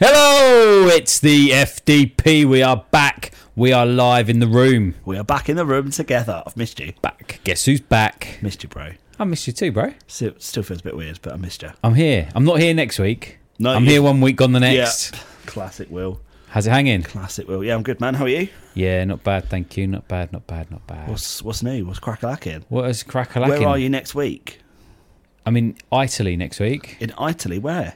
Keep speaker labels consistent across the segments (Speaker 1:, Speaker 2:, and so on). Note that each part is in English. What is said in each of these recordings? Speaker 1: Hello, it's the FDP. We are back. We are live in the room.
Speaker 2: We are back in the room together. I've missed you.
Speaker 1: Back. Guess who's back?
Speaker 2: Missed you, bro.
Speaker 1: I missed you too, bro.
Speaker 2: Still, still feels a bit weird, but I missed you.
Speaker 1: I'm here. I'm not here next week.
Speaker 2: No,
Speaker 1: I'm
Speaker 2: you-
Speaker 1: here one week, gone the next.
Speaker 2: Yeah. Classic Will.
Speaker 1: How's it hanging?
Speaker 2: Classic Will. Yeah, I'm good, man. How are you?
Speaker 1: Yeah, not bad, thank you. Not bad, not bad, not bad.
Speaker 2: What's What's new? What's crackalacking?
Speaker 1: What is crack
Speaker 2: Where are you next week?
Speaker 1: I'm in Italy next week.
Speaker 2: In Italy. Where?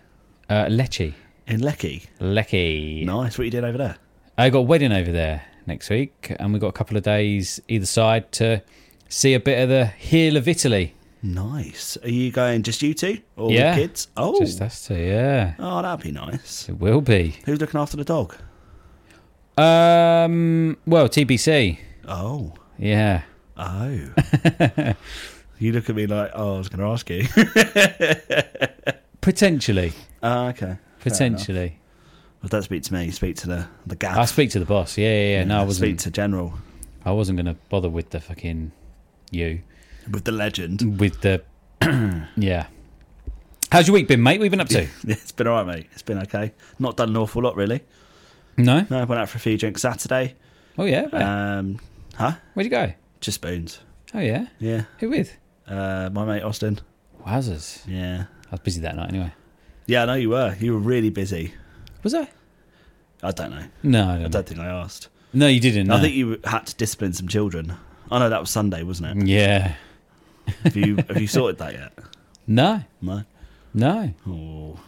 Speaker 1: Uh, Lecce.
Speaker 2: In Lecce.
Speaker 1: Lecce.
Speaker 2: Nice. What you doing over there?
Speaker 1: I got a wedding over there next week, and we've got a couple of days either side to see a bit of the heel of Italy.
Speaker 2: Nice. Are you going just you two or with
Speaker 1: yeah.
Speaker 2: kids? Oh,
Speaker 1: Just us two, yeah.
Speaker 2: oh, that'd be nice.
Speaker 1: It will be.
Speaker 2: Who's looking after the dog?
Speaker 1: Um. Well, TBC.
Speaker 2: Oh,
Speaker 1: Yeah.
Speaker 2: oh. you look at me like, oh, I was going to ask you.
Speaker 1: Potentially.
Speaker 2: Ah, okay.
Speaker 1: Potentially.
Speaker 2: Well, don't speak to me. Speak to the the gaff.
Speaker 1: I speak to the boss. Yeah, yeah, yeah. No, I
Speaker 2: speak
Speaker 1: wasn't.
Speaker 2: to general
Speaker 1: I wasn't going to bother with the fucking you
Speaker 2: with the legend.
Speaker 1: with the. yeah. How's your week been, mate? What have you been up to?
Speaker 2: it's been alright, mate. It's been okay. Not done an awful lot, really.
Speaker 1: No.
Speaker 2: No, I went out for a few drinks Saturday.
Speaker 1: Oh yeah. where?
Speaker 2: Um, huh?
Speaker 1: Where'd you go?
Speaker 2: Just spoons.
Speaker 1: Oh yeah.
Speaker 2: Yeah.
Speaker 1: Who with?
Speaker 2: Uh, my mate Austin.
Speaker 1: Wowzers.
Speaker 2: Yeah.
Speaker 1: I was busy that night anyway.
Speaker 2: Yeah, I know you were. You were really busy.
Speaker 1: Was I?
Speaker 2: I don't know.
Speaker 1: No, I
Speaker 2: I
Speaker 1: don't. know.
Speaker 2: don't think I asked.
Speaker 1: No, you didn't.
Speaker 2: I
Speaker 1: no.
Speaker 2: think you had to discipline some children. I know that was Sunday, wasn't
Speaker 1: Mm.
Speaker 2: it?
Speaker 1: Yeah.
Speaker 2: Have you have you sorted that yet?
Speaker 1: No.
Speaker 2: No.
Speaker 1: No.
Speaker 2: Oh.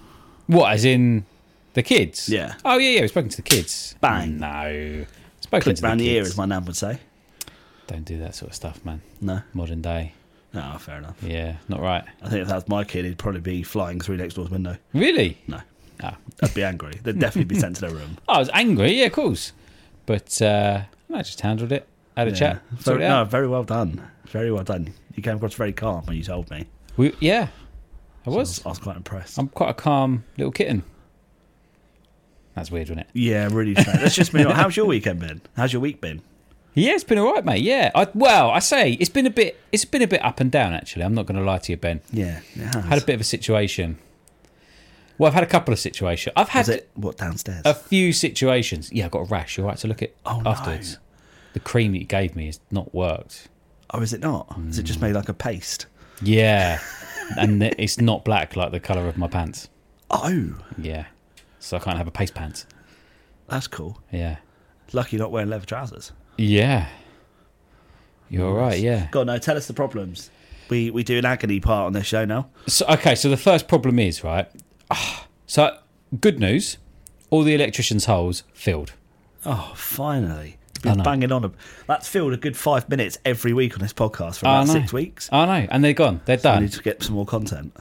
Speaker 1: What? As in the kids?
Speaker 2: Yeah.
Speaker 1: Oh yeah, yeah. We've spoken to the kids.
Speaker 2: Bang.
Speaker 1: No. Spoken
Speaker 2: Clip
Speaker 1: to
Speaker 2: round
Speaker 1: the
Speaker 2: the ear,
Speaker 1: kids.
Speaker 2: as my nan would say.
Speaker 1: Don't do that sort of stuff, man.
Speaker 2: No.
Speaker 1: Modern day.
Speaker 2: No, fair enough.
Speaker 1: Yeah, not right.
Speaker 2: I think if that was my kid, he'd probably be flying through next door's window.
Speaker 1: Really?
Speaker 2: No.
Speaker 1: Ah.
Speaker 2: I'd be angry. They'd definitely be sent to their room.
Speaker 1: I was angry. Yeah, of course. But uh, I just handled it. Had a chat.
Speaker 2: Yeah.
Speaker 1: sorted
Speaker 2: Very,
Speaker 1: it
Speaker 2: no,
Speaker 1: out.
Speaker 2: very well done. Very well done. You came across very calm when you told me.
Speaker 1: We, yeah, I
Speaker 2: I
Speaker 1: was.
Speaker 2: was, I was quite impressed.
Speaker 1: I'm quite a calm little kitten. That's weird, wasn't it?
Speaker 2: yeah, really strange. That's just me. How's your weekend been? How's your week been?
Speaker 1: Yeah, it's been all right, mate. Yeah. I, well, I say it's been a bit. It's been a bit up and down, actually. I'm not going to lie to you, Ben.
Speaker 2: Yeah, it has.
Speaker 1: I had a bit of a situation. Well, I've had a couple of situations. I've had
Speaker 2: Was it what downstairs?
Speaker 1: a few situations. Yeah, I got a rash. You're right to look at
Speaker 2: Oh, no.
Speaker 1: afterwards. The cream that you gave me has not worked.
Speaker 2: oh, is it not? Is it
Speaker 1: Mm.
Speaker 2: just made like a paste?
Speaker 1: Yeah, and th- it's not black like the color of my pants.
Speaker 2: Oh,
Speaker 1: Yeah, so I can't have a paste pants.
Speaker 2: that's cool.
Speaker 1: Yeah,
Speaker 2: Lucky you're not wearing leather trousers.
Speaker 1: yeah. You're all right. Yeah.
Speaker 2: God, no. Tell us the problems. We we do an agony part on this show now.
Speaker 1: So okay, so the first problem is right. ah, So good news, all the electricians' holes filled.
Speaker 2: Oh, finally.
Speaker 1: I
Speaker 2: Been
Speaker 1: know.
Speaker 2: banging on. a- That's filled a good five minutes every week on this podcast for
Speaker 1: I
Speaker 2: about
Speaker 1: know.
Speaker 2: six weeks.
Speaker 1: I know, and they're gone. They're
Speaker 2: I
Speaker 1: done.
Speaker 2: need to get some more content.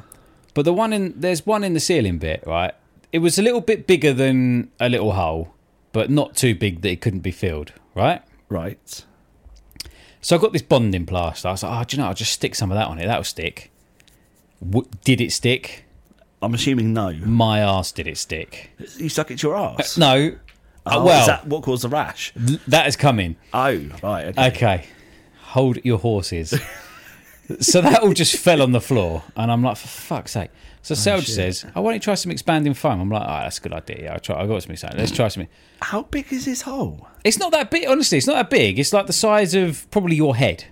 Speaker 1: But the one in there's one in the ceiling bit, right? It was a little bit bigger than a little hole, but not too big that it couldn't be filled, right?
Speaker 2: Right.
Speaker 1: So I got this bonding plaster. I was like, oh, do you know, I'll just stick some of that on it. That'll stick. W- did it stick?
Speaker 2: I'm assuming no.
Speaker 1: My ass did it stick.
Speaker 2: You stuck it to your ass.
Speaker 1: No. Uh,
Speaker 2: Oh,
Speaker 1: well,
Speaker 2: is that what caused the rash?
Speaker 1: th- that is coming.
Speaker 2: Oh, right. Okay.
Speaker 1: Okay. Hold your horses. so that all just fell on the floor. And I'm like, for fuck's sake. So
Speaker 2: Oh,
Speaker 1: Selge says, I want to try some expanding foam. I'm like, all right, that's a good idea. Yeah, I'll try. I've got some exciting. Let's try something.
Speaker 2: How big is this hole?
Speaker 1: It's not that big. Honestly, it's not that big. It's like the size of probably your head.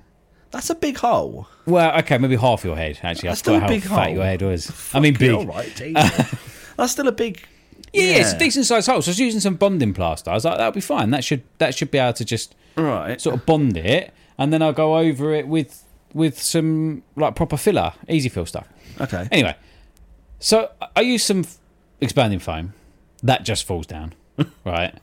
Speaker 2: That's a big hole.
Speaker 1: Well, okay, maybe half your head, actually.
Speaker 2: That's
Speaker 1: I forgot
Speaker 2: still a
Speaker 1: how
Speaker 2: big
Speaker 1: fat
Speaker 2: hole.
Speaker 1: your head was. I mean,
Speaker 2: Okay,
Speaker 1: big.
Speaker 2: All right. Jesus. That's still a big.
Speaker 1: Yeah, yeah, it's a decent sized hole. So I was using some bonding plaster. I was like, that'll be fine. That should that should be able to just
Speaker 2: Right.
Speaker 1: sort of bond it, and then I'll go over it with with some like proper filler, easy fill stuff.
Speaker 2: Okay.
Speaker 1: Anyway, so I- I use some f- expanding foam. That just falls down, right?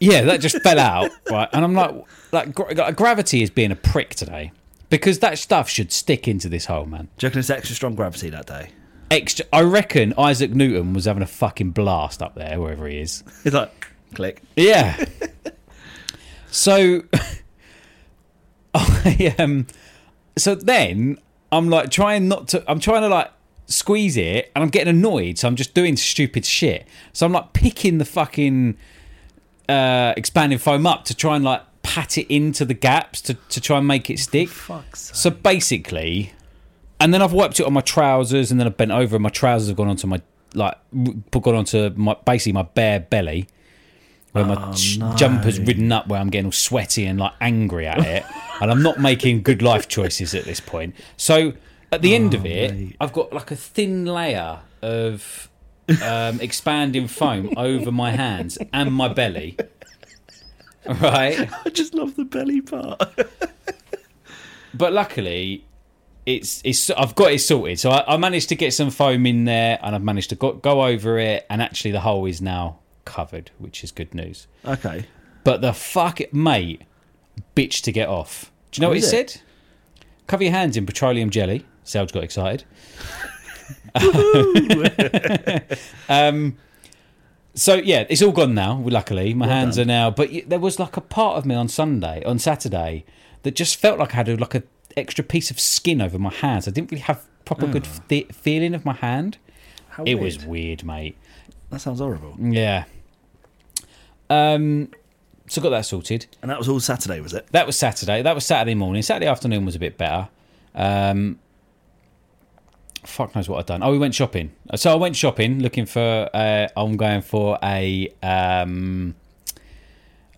Speaker 1: yeah, that just fell out, right? And I'm like, like gra- like, gravity is being a prick today because that stuff should stick into this hole, man.
Speaker 2: Do you reckon it's extra strong gravity that day?
Speaker 1: Extra, I reckon Isaac Newton was having a fucking blast up there, wherever he is.
Speaker 2: It's like, click.
Speaker 1: Yeah. so I um so then I'm like trying not to I'm trying to like squeeze it and I'm getting annoyed, so I'm just doing stupid shit. So I'm like picking the fucking uh expanding foam up to try and like pat it into the gaps to, to try and make it stick. So basically, and then I've wiped it on my trousers, and then I've bent over, and my trousers have gone onto my like w- gone onto my basically my bare belly, where my ch- jumper's ridden up, where I'm getting all sweaty and like angry at it, and I'm not making good life choices at this point. So at the end of it, I've got like a thin layer of um, expanding foam over my hands and my belly. Right.
Speaker 2: I just love the belly part.
Speaker 1: but luckily it's it's I've got it sorted. So I, I managed to get some foam in there, and I've managed to go, go over it, and actually the hole is now covered, which is good news.
Speaker 2: Okay.
Speaker 1: But the fuck, mate, bitch to get off. Do you know what it
Speaker 2: Oh, is it?
Speaker 1: said? Cover your hands in petroleum jelly. Selge got excited. um, Um, so yeah, it's all gone now. Luckily, my hands are now. But y- there was like a part of me on Sunday, on Saturday, that just felt like I had a, like a extra piece of skin over my hands. I didn't really have proper good fe- feeling of my hand.
Speaker 2: How
Speaker 1: It
Speaker 2: weird.
Speaker 1: was weird, mate.
Speaker 2: That sounds horrible.
Speaker 1: Yeah. Um. So got that sorted.
Speaker 2: And that was all Saturday, was it?
Speaker 1: That was Saturday. That was Saturday morning. Saturday afternoon was a bit better. Um, fuck knows what I've done. Oh, we went shopping. So I went shopping looking for. Uh, I'm going for a um,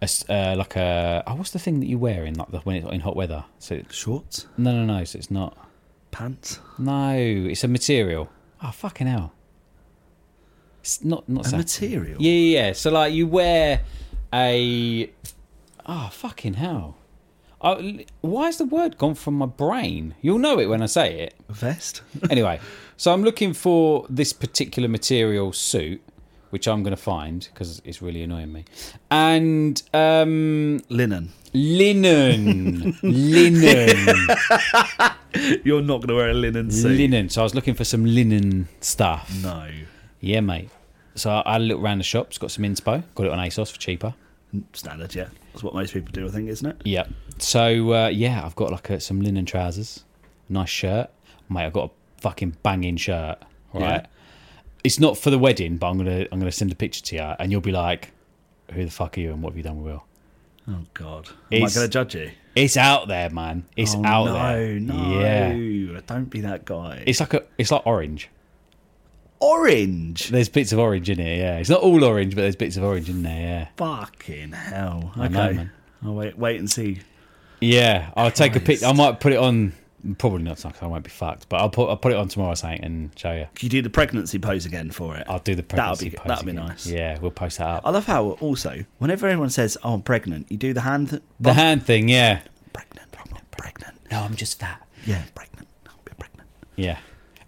Speaker 1: a s uh, like a. Oh, what's the thing that you wear in like the, when it's in hot weather? So it's,
Speaker 2: Shorts,
Speaker 1: no, no, no. So it's not.
Speaker 2: pants,
Speaker 1: No, it's a material. Oh fucking hell! It's not not
Speaker 2: a
Speaker 1: Saturday.
Speaker 2: material.
Speaker 1: Yeah, yeah, yeah. So like you wear a oh fucking hell. Oh, why has the word gone from my brain? You'll know it when I say it.
Speaker 2: Vest.
Speaker 1: Anyway, so I'm looking for this particular material suit, which I'm going to find because it's really annoying me. And um,
Speaker 2: Linen.
Speaker 1: linen, linen,
Speaker 2: You're not going to wear a linen suit.
Speaker 1: linen. So I was looking for some linen stuff.
Speaker 2: No.
Speaker 1: Yeah, mate. So I had a look around the shops, got some inspo, got it on ASOS for cheaper.
Speaker 2: Standard, yeah. That's what most people do, I think, isn't it?
Speaker 1: Yeah. So uh, yeah, I've got like a, some linen trousers, nice shirt, mate. I've got a fucking banging shirt, right?
Speaker 2: Yeah.
Speaker 1: It's not for the wedding, but I'm gonna I'm gonna send a picture to you, and you'll be like, "Who the fuck are you? And what have you done with Will?"
Speaker 2: Oh, God. Am
Speaker 1: It's-
Speaker 2: I going to judge you?
Speaker 1: It's out there, man. It's
Speaker 2: oh,
Speaker 1: out
Speaker 2: no,
Speaker 1: there.
Speaker 2: No,
Speaker 1: Yeah.
Speaker 2: Don't be that guy.
Speaker 1: It's like a it's like orange.
Speaker 2: orange.
Speaker 1: There's bits of orange in it. Yeah. It's not all orange, but there's bits of orange in there. Yeah.
Speaker 2: Fucking hell.
Speaker 1: I
Speaker 2: Okay.
Speaker 1: know, man.
Speaker 2: I'll wait, wait and see.
Speaker 1: Yeah, I'll take a pic. I
Speaker 2: Christ.
Speaker 1: might put it on. Probably not. 'cause I won't be fucked. But I'll put I'll put it on tomorrow, something, and show you.
Speaker 2: Could you do the pregnancy pose again for it?
Speaker 1: I'll do the
Speaker 2: That'll
Speaker 1: pregnancy
Speaker 2: be,
Speaker 1: post
Speaker 2: that'll be
Speaker 1: again.
Speaker 2: nice.
Speaker 1: Yeah, we'll post that up.
Speaker 2: I love how also whenever anyone says "Oh, I'm pregnant," you do the hand. th-
Speaker 1: the hand thing, yeah.
Speaker 2: pregnant. I'm not pregnant.
Speaker 1: No, I'm just fat.
Speaker 2: Yeah, pregnant. I'll be pregnant.
Speaker 1: Yeah,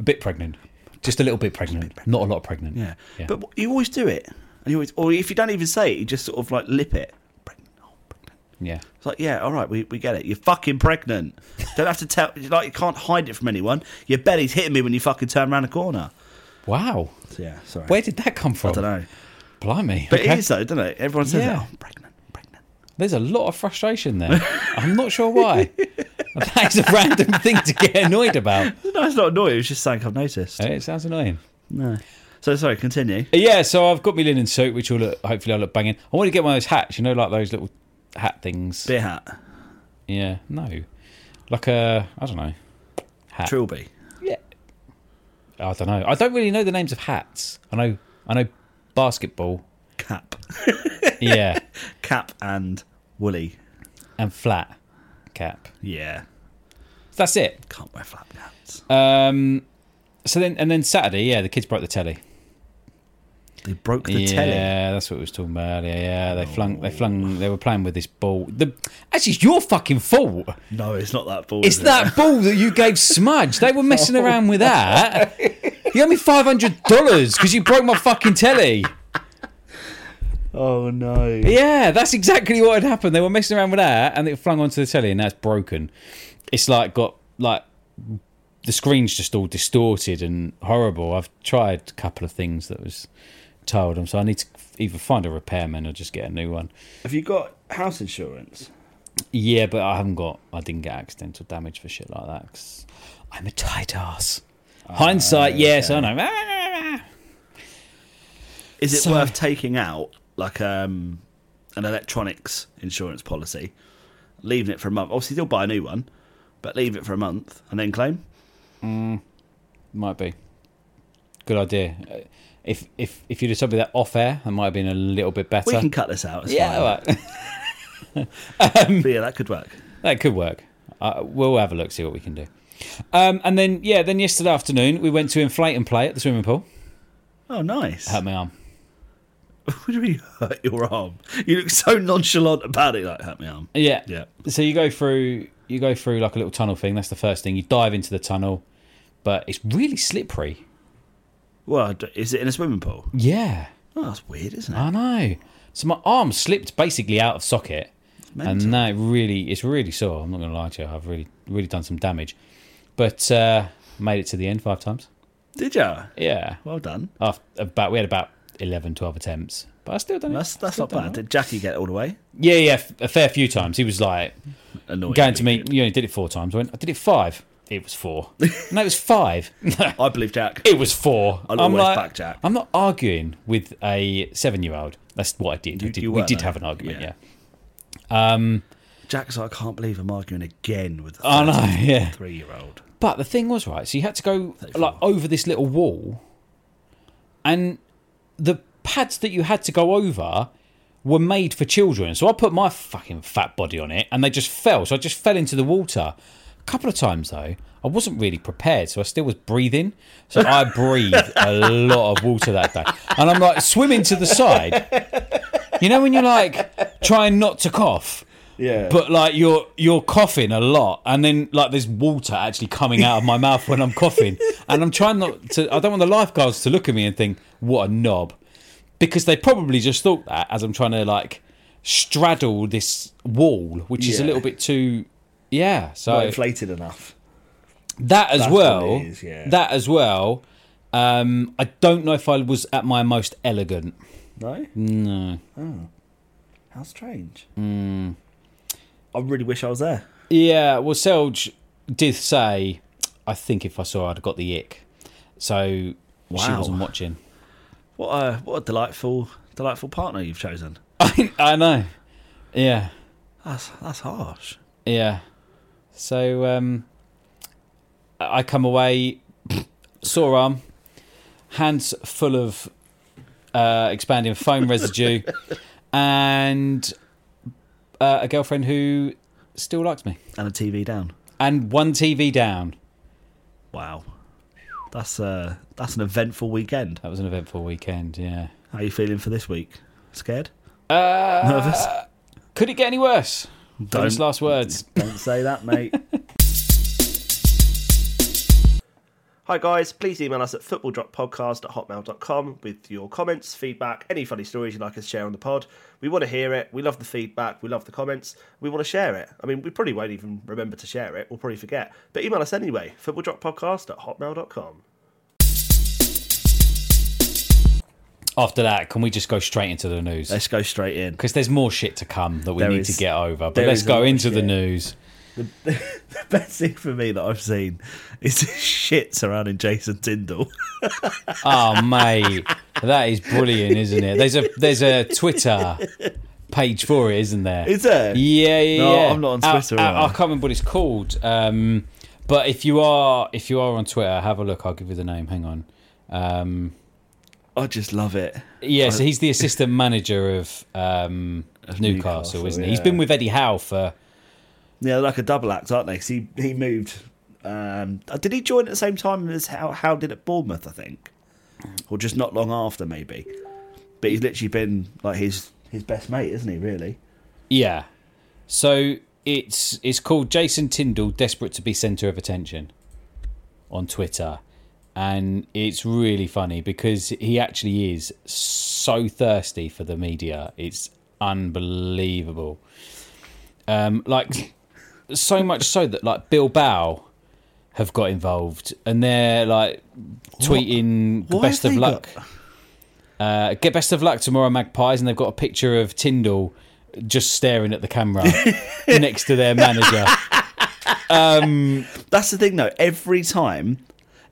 Speaker 1: a bit pregnant, just a little bit pregnant, not a lot pregnant.
Speaker 2: Yeah.
Speaker 1: yeah.
Speaker 2: but wh- you always do it, and you always, or if you don't even say it, you just sort of like lip it. Pregnant. Oh, pregnant.
Speaker 1: yeah.
Speaker 2: It's like, yeah, all right, we, we get it. You're fucking pregnant. don't have to tell. Like, you can't hide it from anyone. Your belly's hitting me when you fucking turn around a corner.
Speaker 1: Wow,
Speaker 2: So, yeah, sorry.
Speaker 1: where did that come from?
Speaker 2: I don't know,
Speaker 1: Blimey,
Speaker 2: but
Speaker 1: okay.
Speaker 2: it is though, doesn't it? Everyone says,
Speaker 1: Yeah.
Speaker 2: that, "Oh, I'm pregnant, I'm pregnant."
Speaker 1: there's a lot of frustration there. I'm not sure why. That is a random thing to get annoyed about. Eh,
Speaker 2: No, it's not annoying. It was just something I've noticed.
Speaker 1: It sounds annoying.
Speaker 2: No. So sorry. Continue.
Speaker 1: Yeah, so I've got my linen suit, which will look, hopefully I'll look banging. I want to get one of those hats, you know, like those little hat things.
Speaker 2: Beer hat.
Speaker 1: Yeah, no, like a I don't know. Hat.
Speaker 2: Trilby.
Speaker 1: Oh, I don't know. I don't really know the names of hats. I know. I know basketball.
Speaker 2: Cap.
Speaker 1: Yeah,
Speaker 2: Cap and woolly.
Speaker 1: and flat cap.
Speaker 2: Yeah.
Speaker 1: That's it.
Speaker 2: Can't wear flap caps.
Speaker 1: Um, so then and then Saturday, yeah, the kids broke the telly.
Speaker 2: They broke the
Speaker 1: yeah,
Speaker 2: telly. Oh.
Speaker 1: that's what we was talking about. earlier. Yeah, they flung. They flung. They were playing with this ball. The actually, it's your fucking fault.
Speaker 2: No, it's not that ball.
Speaker 1: It's
Speaker 2: is it? Oh.
Speaker 1: that ball that you gave Smudge. They were messing around with that. You owe me five hundred dollars because you broke my fucking telly.
Speaker 2: Oh no.
Speaker 1: Yeah, that's exactly what had happened. They were messing around with that, and it flung onto the telly, and that's broken. It's like got like the screen's just all distorted and horrible. I've tried a couple of things that was told them, so I need to either find a repairman or just get a new one.
Speaker 2: Have you got house insurance?
Speaker 1: Yeah, but I haven't got. I didn't get accidental damage for shit like that. Cause I'm a tight ass.
Speaker 2: Ah,
Speaker 1: Hindsight, yes, I know.
Speaker 2: Is it
Speaker 1: So-
Speaker 2: worth taking out like um an electronics insurance policy, leaving it for a month? Obviously, they'll buy a new one, but leave it for a month and then claim.
Speaker 1: Might be. Good idea. Uh, If if if you'd have told me that off air, that might have been a little bit better.
Speaker 2: We can cut this out. It's
Speaker 1: yeah,
Speaker 2: fine.
Speaker 1: all right.
Speaker 2: But yeah, that could work.
Speaker 1: That could work. Uh, we'll have a look, see what we can do. Um, and then, yeah, then yesterday afternoon, we went to inflate and play at the swimming pool.
Speaker 2: Oh, nice.
Speaker 1: Hurt my arm.
Speaker 2: what do you mean hurt your arm? You look so nonchalant about it. Like hurt my arm.
Speaker 1: Yeah.
Speaker 2: Yeah.
Speaker 1: So you go through, you go through like a little tunnel thing. That's the first thing. You dive into the tunnel, but it's really slippery.
Speaker 2: Well, d- is it in a swimming pool?
Speaker 1: Yeah.
Speaker 2: Oh, that's weird, isn't it?
Speaker 1: I know. So my arm slipped basically out of socket, and that really, it's really sore. I'm not going to lie to you. I've really, really done some damage, but uh, made it to the end five times.
Speaker 2: Did ya?
Speaker 1: Yeah.
Speaker 2: Well done.
Speaker 1: After about, we had about 11, 12 attempts, but I still done it.
Speaker 2: That's that's
Speaker 1: Still
Speaker 2: not
Speaker 1: done
Speaker 2: bad.
Speaker 1: it.
Speaker 2: Did Jackie get all the way?
Speaker 1: Yeah, yeah, f- a fair few times. He was like
Speaker 2: Annoying.
Speaker 1: going to me. You only did it four times. I went. I did it five. It was four. no, it was five.
Speaker 2: I believe Jack.
Speaker 1: it was 4
Speaker 2: I'll
Speaker 1: I'm
Speaker 2: always
Speaker 1: like,
Speaker 2: back Jack.
Speaker 1: I'm not arguing with a seven-year-old. That's what I did.
Speaker 2: You-
Speaker 1: I did
Speaker 2: you
Speaker 1: we
Speaker 2: were,
Speaker 1: did
Speaker 2: though.
Speaker 1: have an argument.
Speaker 2: Yeah.
Speaker 1: Yeah.
Speaker 2: Jack's like, I can't believe I'm arguing again with the
Speaker 1: I know. Yeah.
Speaker 2: three year old.
Speaker 1: But the thing was right. So you had to go like over this little wall, and the pads that you had to go over were made for children. So I put my fucking fat body on it, and they just fell. So I just fell into the water. A couple of times though, I wasn't really prepared, so I still was breathing. So I breathed a lot of water that day, and I'm like swimming to the side. You know when you're like trying not to cough.
Speaker 2: Yeah.
Speaker 1: But like you're you're coughing a lot, and then like there's water actually coming out of my mouth when I'm coughing, and I'm trying not to. I don't want the lifeguards to look at me and think what a knob, because they probably just thought that as I'm trying to like straddle this wall, which is a
Speaker 2: Yeah.
Speaker 1: little bit too. Yeah,
Speaker 2: not
Speaker 1: so
Speaker 2: inflated enough.
Speaker 1: that as
Speaker 2: That's
Speaker 1: well.
Speaker 2: what it is, yeah.
Speaker 1: That as well. Um, I don't know if I was at my most elegant.
Speaker 2: No? No. Hmm. Oh. How strange. I really wish I was there.
Speaker 1: Yeah, well, Selge did say, I think if I saw her, I'd have got the ick. So she
Speaker 2: Wow.
Speaker 1: wasn't watching.
Speaker 2: What a what a delightful delightful partner you've chosen.
Speaker 1: I, I know. Yeah,
Speaker 2: That's that's harsh.
Speaker 1: yeah. So um, I I come away, sore arm, hands full of uh, expanding foam residue, and uh, a girlfriend who still likes me.
Speaker 2: And a TV down.
Speaker 1: And one TV down.
Speaker 2: Wow. That's uh that's an eventful weekend.
Speaker 1: That was an eventful weekend, yeah.
Speaker 2: How are you feeling for this week? Scared? Uh, Nervous?
Speaker 1: Could it get any worse?
Speaker 2: Don't,
Speaker 1: Those last words.
Speaker 2: don't say that, mate.
Speaker 3: Hi, guys. Please email us at footballdroppodcast at hotmail.com with your comments, feedback, any funny stories you'd like us to share on the pod. We want to hear it. We love the feedback. We love the comments. We want to share it. I mean, we probably won't even remember to share it. We'll probably forget. But email us anyway footballdroppodcast at hotmail.com.
Speaker 1: After that, can we just go straight into the news?
Speaker 2: Let's go straight in.
Speaker 1: Because there's more shit to come that we
Speaker 2: There
Speaker 1: need
Speaker 2: is-
Speaker 1: to get over. But
Speaker 2: there
Speaker 1: let's
Speaker 2: is a
Speaker 1: go
Speaker 2: lot of
Speaker 1: into the
Speaker 2: shit.
Speaker 1: news.
Speaker 2: The best thing for me that I've seen is this shit surrounding Jason Tyndall.
Speaker 1: Oh mate, that is brilliant, isn't it? There's a there's a Twitter page for it, isn't there?
Speaker 2: Is there?
Speaker 1: Yeah, yeah.
Speaker 2: No,
Speaker 1: yeah.
Speaker 2: I'm not on
Speaker 1: I-
Speaker 2: Twitter,
Speaker 1: I,
Speaker 2: am I?
Speaker 1: I can't remember what it's called. Um, but if you are if you are on Twitter, have a look. I'll give you the name. Hang on. Um,
Speaker 2: I just love it.
Speaker 1: yeah, so he's the assistant manager of um, Newcastle,
Speaker 2: Newcastle,
Speaker 1: isn't he? He's
Speaker 2: yeah.
Speaker 1: been with Eddie Howe for
Speaker 2: Yeah, they're like a double act, aren't they? 'Cause he he moved. Um, did he join at the same time as how how did at Bournemouth? I think, or just not long after, maybe. But he's literally been like his his best mate, isn't he? Really?
Speaker 1: yeah. So it's it's called Jason Tyndall, desperate to be centre of attention, on Twitter, and it's really funny because he actually is so thirsty for the media. It's unbelievable. Um, like so much so that like Bilbao have got involved and they're like tweeting
Speaker 2: Why
Speaker 1: best
Speaker 2: have
Speaker 1: of
Speaker 2: they
Speaker 1: luck.
Speaker 2: got-
Speaker 1: Uh, get best of luck tomorrow, Magpies, and they've got a picture of Tyndall just staring at the camera next to their manager.
Speaker 2: That's the thing, though. Every time,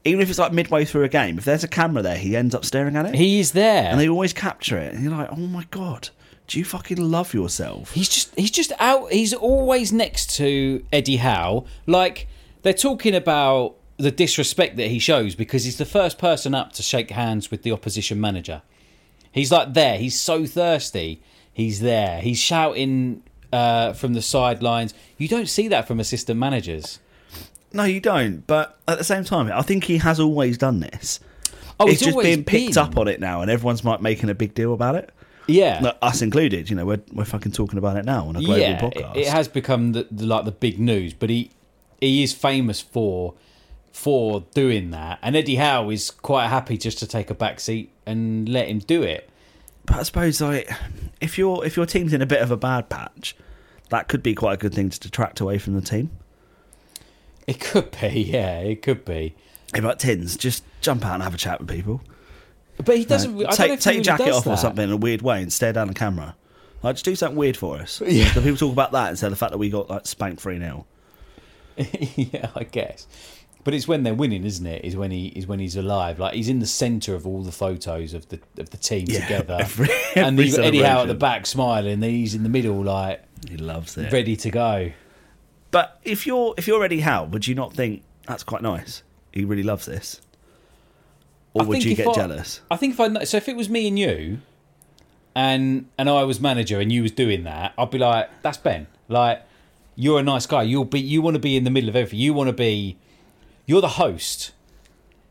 Speaker 2: even if it's like midway through a game, if there's a camera there, he ends up staring at it,
Speaker 1: He is there.
Speaker 2: and they always capture it. And you're like, oh my god, do you fucking love yourself?
Speaker 1: He's just he's just out. He's always next to Eddie Howe. Like they're talking about the disrespect that he shows because he's the first person up to shake hands with the opposition manager. He's like there. He's so thirsty. He's there. He's shouting uh, from the sidelines. You don't see that from assistant managers.
Speaker 2: No, you don't. But at the same time, I think he has always done this.
Speaker 1: Oh,
Speaker 2: it's, just
Speaker 1: always
Speaker 2: being picked
Speaker 1: been-
Speaker 2: up on it now, and everyone's like making a big deal about it.
Speaker 1: Yeah,
Speaker 2: Like, us included, you know, we're we're fucking talking about it now on a global
Speaker 1: yeah. it-
Speaker 2: podcast.
Speaker 1: It has become the, the like the big news, but he he is famous for for doing that, and Eddie Howe is quite happy just to take a back seat and let him do it.
Speaker 2: but I suppose like if your if your team's in a bit of a bad patch, that could be quite a good thing to detract away from the team.
Speaker 1: It could be, yeah, it could be.
Speaker 2: Hey, but tins, just jump out and have a chat with people.
Speaker 1: But he doesn't. I don't know
Speaker 2: take
Speaker 1: if he
Speaker 2: take
Speaker 1: really
Speaker 2: your jacket
Speaker 1: does
Speaker 2: off or
Speaker 1: that.
Speaker 2: something in a weird way and stare down the camera. Like just do something weird for us. Yeah. So people talk about that instead of the fact that we got like spanked three 0
Speaker 1: yeah, I guess. But it's when they're winning, isn't it? Is when he is when he's alive. Like he's in the centre of all the photos of the of the team
Speaker 2: Yeah,
Speaker 1: together,
Speaker 2: every-
Speaker 1: and
Speaker 2: every
Speaker 1: you've got Eddie Howe at the
Speaker 2: celebration.
Speaker 1: back smiling. Then he's in the middle, like
Speaker 2: He loves it.
Speaker 1: ready to go.
Speaker 2: But if you're if you're Eddie Howe, would you not think that's quite nice? He really loves this, or
Speaker 1: I
Speaker 2: would
Speaker 1: think
Speaker 2: you
Speaker 1: if
Speaker 2: get
Speaker 1: I-
Speaker 2: jealous?
Speaker 1: I think if I kn- so if it was me and you, and and I was manager and you was doing that, I'd be like, that's Ben. Like you're a nice guy. You'll be you want to be in the middle of everything. You want to be you're the host.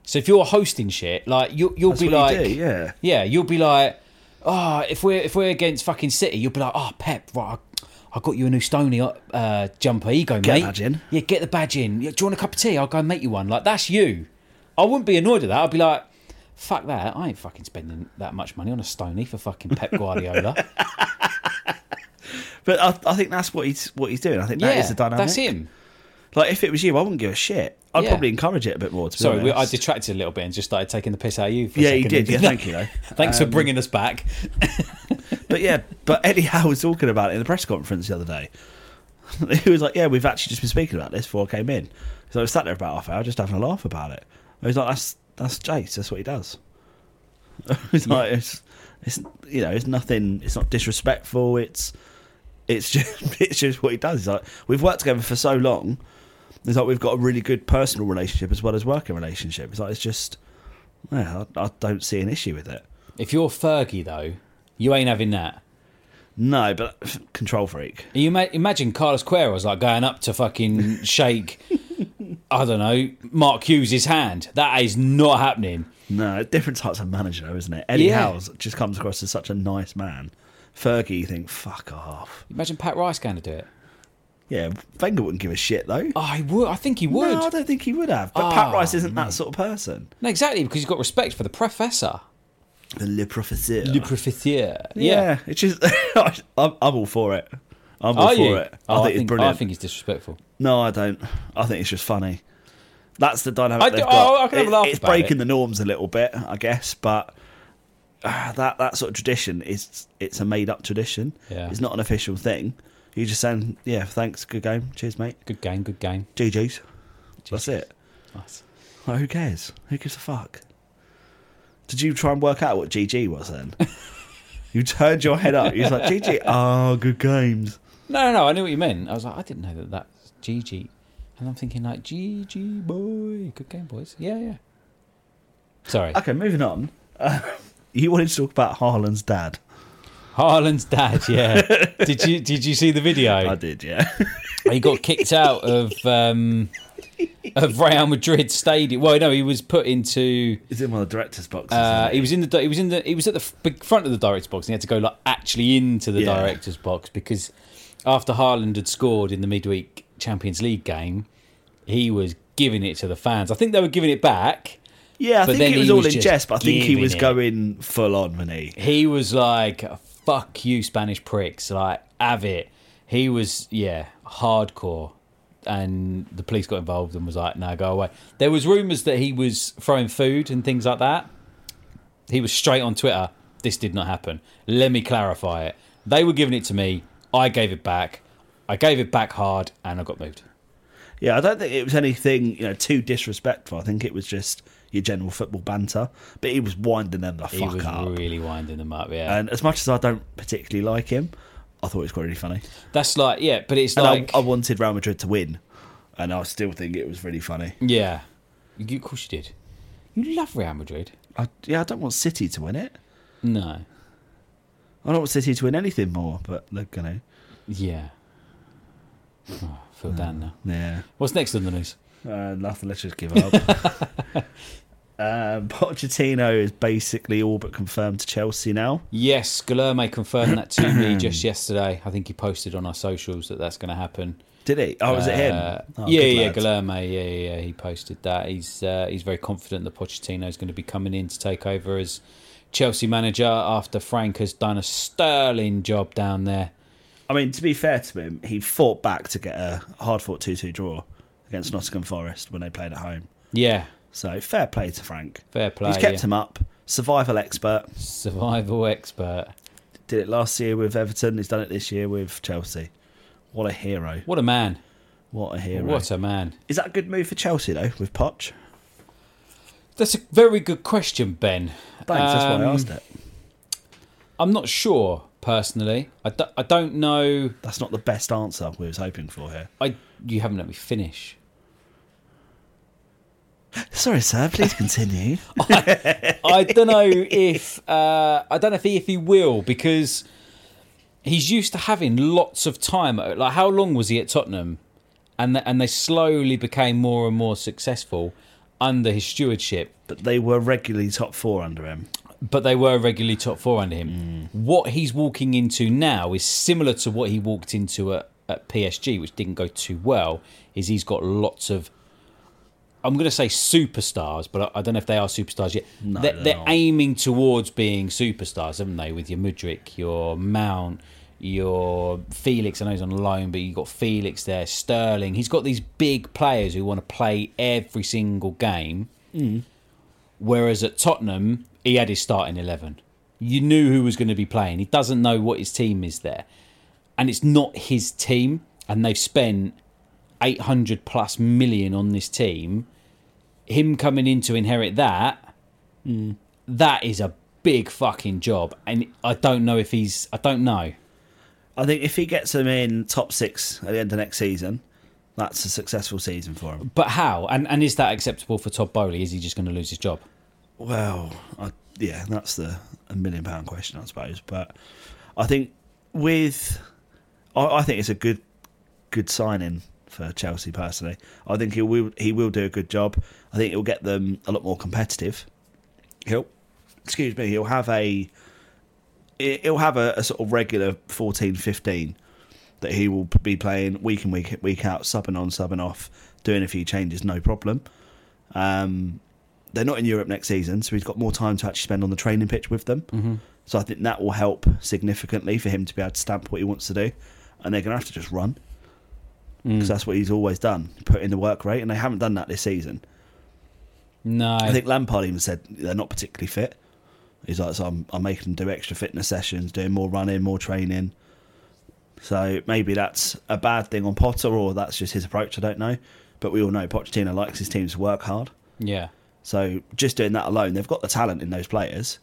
Speaker 1: So if you're hosting shit, like you you'll
Speaker 2: That's
Speaker 1: be
Speaker 2: what
Speaker 1: like
Speaker 2: you do, yeah.
Speaker 1: yeah, you'll be like oh if we're if we're against fucking City, you'll be like oh Pep right. I- I got you a new Stony uh, jumper. Here you go,
Speaker 2: Get a
Speaker 1: mate.
Speaker 2: badge in.
Speaker 1: Yeah, get the badge in. Yeah, do you want a cup of tea? I'll go and make you one. Like that's you. I wouldn't be annoyed at that. I'd be like, fuck that. I ain't fucking spending that much money on a Stony for fucking Pep Guardiola.
Speaker 2: But I, I think that's what he's what he's doing. I think
Speaker 1: yeah,
Speaker 2: that is the dynamic.
Speaker 1: that's him.
Speaker 2: Like if it was you, I wouldn't give a shit. I'd
Speaker 1: Yeah.
Speaker 2: probably encourage it a bit more. To be
Speaker 1: Sorry, we, I
Speaker 2: honest.
Speaker 1: detracted a little bit and just started taking the piss out of you. For a
Speaker 2: Yeah, you
Speaker 1: second.
Speaker 2: did. Yeah, thank you though. Um,
Speaker 1: Thanks for bringing us back.
Speaker 2: But yeah, but Eddie Howe was talking about it in the press conference the other day. he was like, "Yeah, we've actually just been speaking about this before I came in." So I was sat there about half an hour just having a laugh about it. I was like, "That's that's Jace. That's what he does." it's like it's, it's you know it's nothing. It's not disrespectful. It's it's just it's just what he does. He's like, "We've worked together for so long." It's like we've got a really good personal relationship as well as working relationship. It's like it's just, yeah, I, I don't see an issue with it.
Speaker 1: If you're Fergie though, you ain't having that.
Speaker 2: No, but control freak.
Speaker 1: You ma- imagine Carlos Queiroz like going up to fucking shake, I don't know, Mark Hughes' hand. That is not happening.
Speaker 2: No, different types of manager, though, isn't it? Eddie
Speaker 1: Yeah.
Speaker 2: Howe's just comes across as such a nice man. Fergie, you think, fuck off.
Speaker 1: Imagine Pat Rice going to do it.
Speaker 2: Yeah, Wenger wouldn't give a shit, though.
Speaker 1: Oh, he would. I think he would.
Speaker 2: No, I don't think he would have. But Pat
Speaker 1: Oh,
Speaker 2: Rice isn't that sort of person.
Speaker 1: No, exactly, because you've got respect for the professor.
Speaker 2: The Le Professeur.
Speaker 1: Le professeur.
Speaker 2: yeah.
Speaker 1: Yeah.
Speaker 2: it's just, I'm, I'm all for it. I'm all
Speaker 1: Are
Speaker 2: for
Speaker 1: you?
Speaker 2: it.
Speaker 1: Oh,
Speaker 2: I think it's brilliant.
Speaker 1: I think it's disrespectful.
Speaker 2: No, I don't. I think it's just funny. That's the dynamic
Speaker 1: I
Speaker 2: they've
Speaker 1: do-
Speaker 2: got.
Speaker 1: oh, I can have a
Speaker 2: It-
Speaker 1: laugh
Speaker 2: It's
Speaker 1: about
Speaker 2: breaking
Speaker 1: it.
Speaker 2: the norms a little bit, I guess, but uh, that that sort of tradition is it's a made up tradition.
Speaker 1: Yeah.
Speaker 2: It's not an official thing. You just saying, yeah, thanks, good game, cheers, mate,
Speaker 1: Good game, good game.
Speaker 2: GGs. That's it.
Speaker 1: Nice.
Speaker 2: Like, who cares? Who gives a fuck? Did you try and work out what GG was then? you turned your head up. You was like, GG. Oh, good games.
Speaker 1: No, no, no, I knew what you meant. I was like, I didn't know that that's GG. And I'm thinking, like, GG, boy. Good game, boys. Yeah, yeah. Sorry.
Speaker 2: Okay, moving on. Uh, you wanted to talk about Haaland's dad.
Speaker 1: Harlan's dad, yeah. did you did you see the video?
Speaker 2: I did, yeah.
Speaker 1: He got kicked out of um, of Real Madrid stadium. Well, no, he was put into.
Speaker 2: He's in one of the director's boxes.
Speaker 1: Uh,
Speaker 2: isn't he?
Speaker 1: he was in the he was in the he was at the f- big front of the director's box and he had to go like actually into the
Speaker 2: Yeah.
Speaker 1: director's box because after Haaland had scored in the midweek Champions League game, he was giving it to the fans. I think they were giving it back.
Speaker 2: yeah, I
Speaker 1: but
Speaker 2: think
Speaker 1: then
Speaker 2: it was
Speaker 1: he
Speaker 2: all
Speaker 1: was
Speaker 2: in
Speaker 1: just
Speaker 2: jest, but I think he
Speaker 1: giving
Speaker 2: was
Speaker 1: it.
Speaker 2: going full on, wasn't he?
Speaker 1: He was like, "Fuck you, Spanish pricks!" Like, have it. He was yeah, hardcore, and the police got involved and was like, "No, go away." There was rumours that he was throwing food and things like that. He was straight on Twitter. This did not happen. Let me clarify it. They were giving it to me. I gave it back. I gave it back hard, and I got moved.
Speaker 2: Yeah, I don't think it was anything you know too disrespectful. I think it was just your general football banter. But he was winding them the
Speaker 1: He
Speaker 2: fuck
Speaker 1: was
Speaker 2: up.
Speaker 1: really winding them up. Yeah,
Speaker 2: And as much as I don't particularly like him, I thought it was quite really funny.
Speaker 1: that's like yeah, but it's
Speaker 2: And
Speaker 1: like
Speaker 2: I, I wanted Real Madrid to win, and I still think it was really funny.
Speaker 1: yeah. You, of course you did. You love Real Madrid.
Speaker 2: I, yeah, I don't want City to win it.
Speaker 1: No.
Speaker 2: I don't want City to win anything more. But look, you know,
Speaker 1: Yeah. Oh, I feel
Speaker 2: Hmm.
Speaker 1: down now.
Speaker 2: yeah,
Speaker 1: What's next on the news?
Speaker 2: uh, nothing. Let's just give up. um, Pochettino is basically all but confirmed to Chelsea now.
Speaker 1: Yes, Guillermo confirmed that to me just yesterday. I think he posted on our socials that that's going to happen.
Speaker 2: Did he? Oh, was it him?
Speaker 1: Uh,
Speaker 2: Oh,
Speaker 1: yeah,
Speaker 2: good
Speaker 1: yeah,
Speaker 2: lad.
Speaker 1: Guillermo. Yeah, yeah, yeah, he posted that. He's uh, he's very confident that Pochettino is going to be coming in to take over as Chelsea manager after Frank has done a sterling job down there.
Speaker 2: I mean, to be fair to him, he fought back to get a hard fought 2 2 draw against Nottingham Forest when they played at home.
Speaker 1: Yeah,
Speaker 2: So fair play to Frank.
Speaker 1: fair play.
Speaker 2: He's kept
Speaker 1: yeah.
Speaker 2: him up. Survival expert.
Speaker 1: Survival expert.
Speaker 2: Did it last year with Everton. He's done it this year with Chelsea. What a hero.
Speaker 1: What a man!
Speaker 2: What a hero.
Speaker 1: What a man!
Speaker 2: Is that a good move for Chelsea, though, with Poch?
Speaker 1: That's a very good question, Ben.
Speaker 2: Thanks, that's why I
Speaker 1: Um,
Speaker 2: asked it.
Speaker 1: I'm not sure personally. I, do, I don't know.
Speaker 2: That's not the best answer we was hoping for here.
Speaker 1: I you haven't let me finish.
Speaker 2: Sorry, sir. Please continue.
Speaker 1: I don't know if uh, I don't know if he, if he will because he's used to having lots of time. Like how long was he at Tottenham? And th- and they slowly became more and more successful under his stewardship.
Speaker 2: but they were regularly top four under him.
Speaker 1: but they were regularly top four under him.
Speaker 2: Mm.
Speaker 1: What he's walking into now is similar to what he walked into at, at PSG, which didn't go too well. Is he's got lots of, I'm going to say superstars, but I, I don't know if they are superstars yet. they're
Speaker 2: they're
Speaker 1: they're
Speaker 2: not.
Speaker 1: aiming towards being superstars, haven't they? With your Mudrick, your Mount, your Felix. I know he's on loan, but you've got Felix there, Sterling. He's got these big players who want to play every single game. Whereas at Tottenham, he had his starting 11. You knew who was going to be playing. He doesn't know what his team is there. And it's not his team. And they've spent 800 plus million on this team. Him coming in to inherit that, that is a big fucking job. And I don't know if he's, I don't know.
Speaker 2: I think if he gets them in top six at the end of next season, that's a successful season for him.
Speaker 1: But how? And, and is that acceptable for Todd Bowley? Is he just going to lose his job?
Speaker 2: Well, I, yeah, that's the a million pound question, I suppose. But I think with, I, I think it's a good, good signing for Chelsea personally. I think he will he will do a good job. I think it will get them a lot more competitive. He'll, excuse me, he'll have a, it- he'll have a, a sort of regular 14, 15 that he will be playing week in week week out, subbing on, subbing off, doing a few changes, no problem. Um, they're not in Europe next season, so he's got more time to actually spend on the training pitch with them. So I think that will help significantly for him to be able to stamp what he wants to do. And they're going to have to just run because that's what he's always done, put in the work rate, and they haven't done that this season.
Speaker 1: No.
Speaker 2: I think Lampard even said they're not particularly fit. He's like, so I'm, I'm making them do extra fitness sessions, doing more running, more training. So maybe that's a bad thing on Potter, or that's just his approach. I don't know, but we all know Pochettino likes his teams to work hard.
Speaker 1: Yeah.
Speaker 2: So just doing that alone, they've got the talent in those players.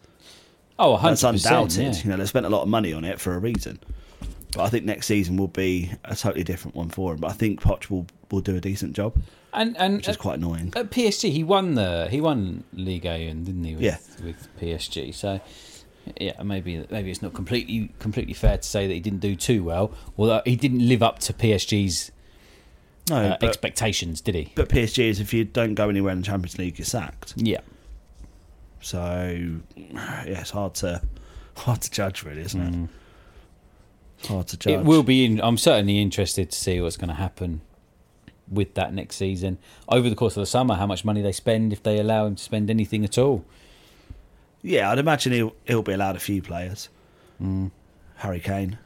Speaker 1: Oh, 100%.
Speaker 2: That's undoubted.
Speaker 1: yeah.
Speaker 2: You know, they spent a lot of money on it for a reason. But I think next season will be a totally different one for him. But I think Poch will, will do a decent job,
Speaker 1: and and
Speaker 2: which is
Speaker 1: at-
Speaker 2: quite annoying.
Speaker 1: At PSG, he won the he won Ligue 1, didn't he? With,
Speaker 2: Yeah.
Speaker 1: with PSG. So yeah, maybe maybe it's not completely completely fair to say that he didn't do too well. Although he didn't live up to PSG's
Speaker 2: No,
Speaker 1: uh,
Speaker 2: but,
Speaker 1: expectations, did he?
Speaker 2: but PSG is if you don't go anywhere in the Champions League, you're sacked.
Speaker 1: Yeah.
Speaker 2: So yeah, it's hard to hard to judge, really, isn't it? It's hard to judge.
Speaker 1: Mm. It will be. In, I'm certainly interested to see what's going to happen with that next season over the course of the summer. How much money they spend if they allow him to spend anything at all?
Speaker 2: Yeah, I'd imagine he'll he'll be allowed a few players.
Speaker 1: Mm.
Speaker 2: Harry Kane.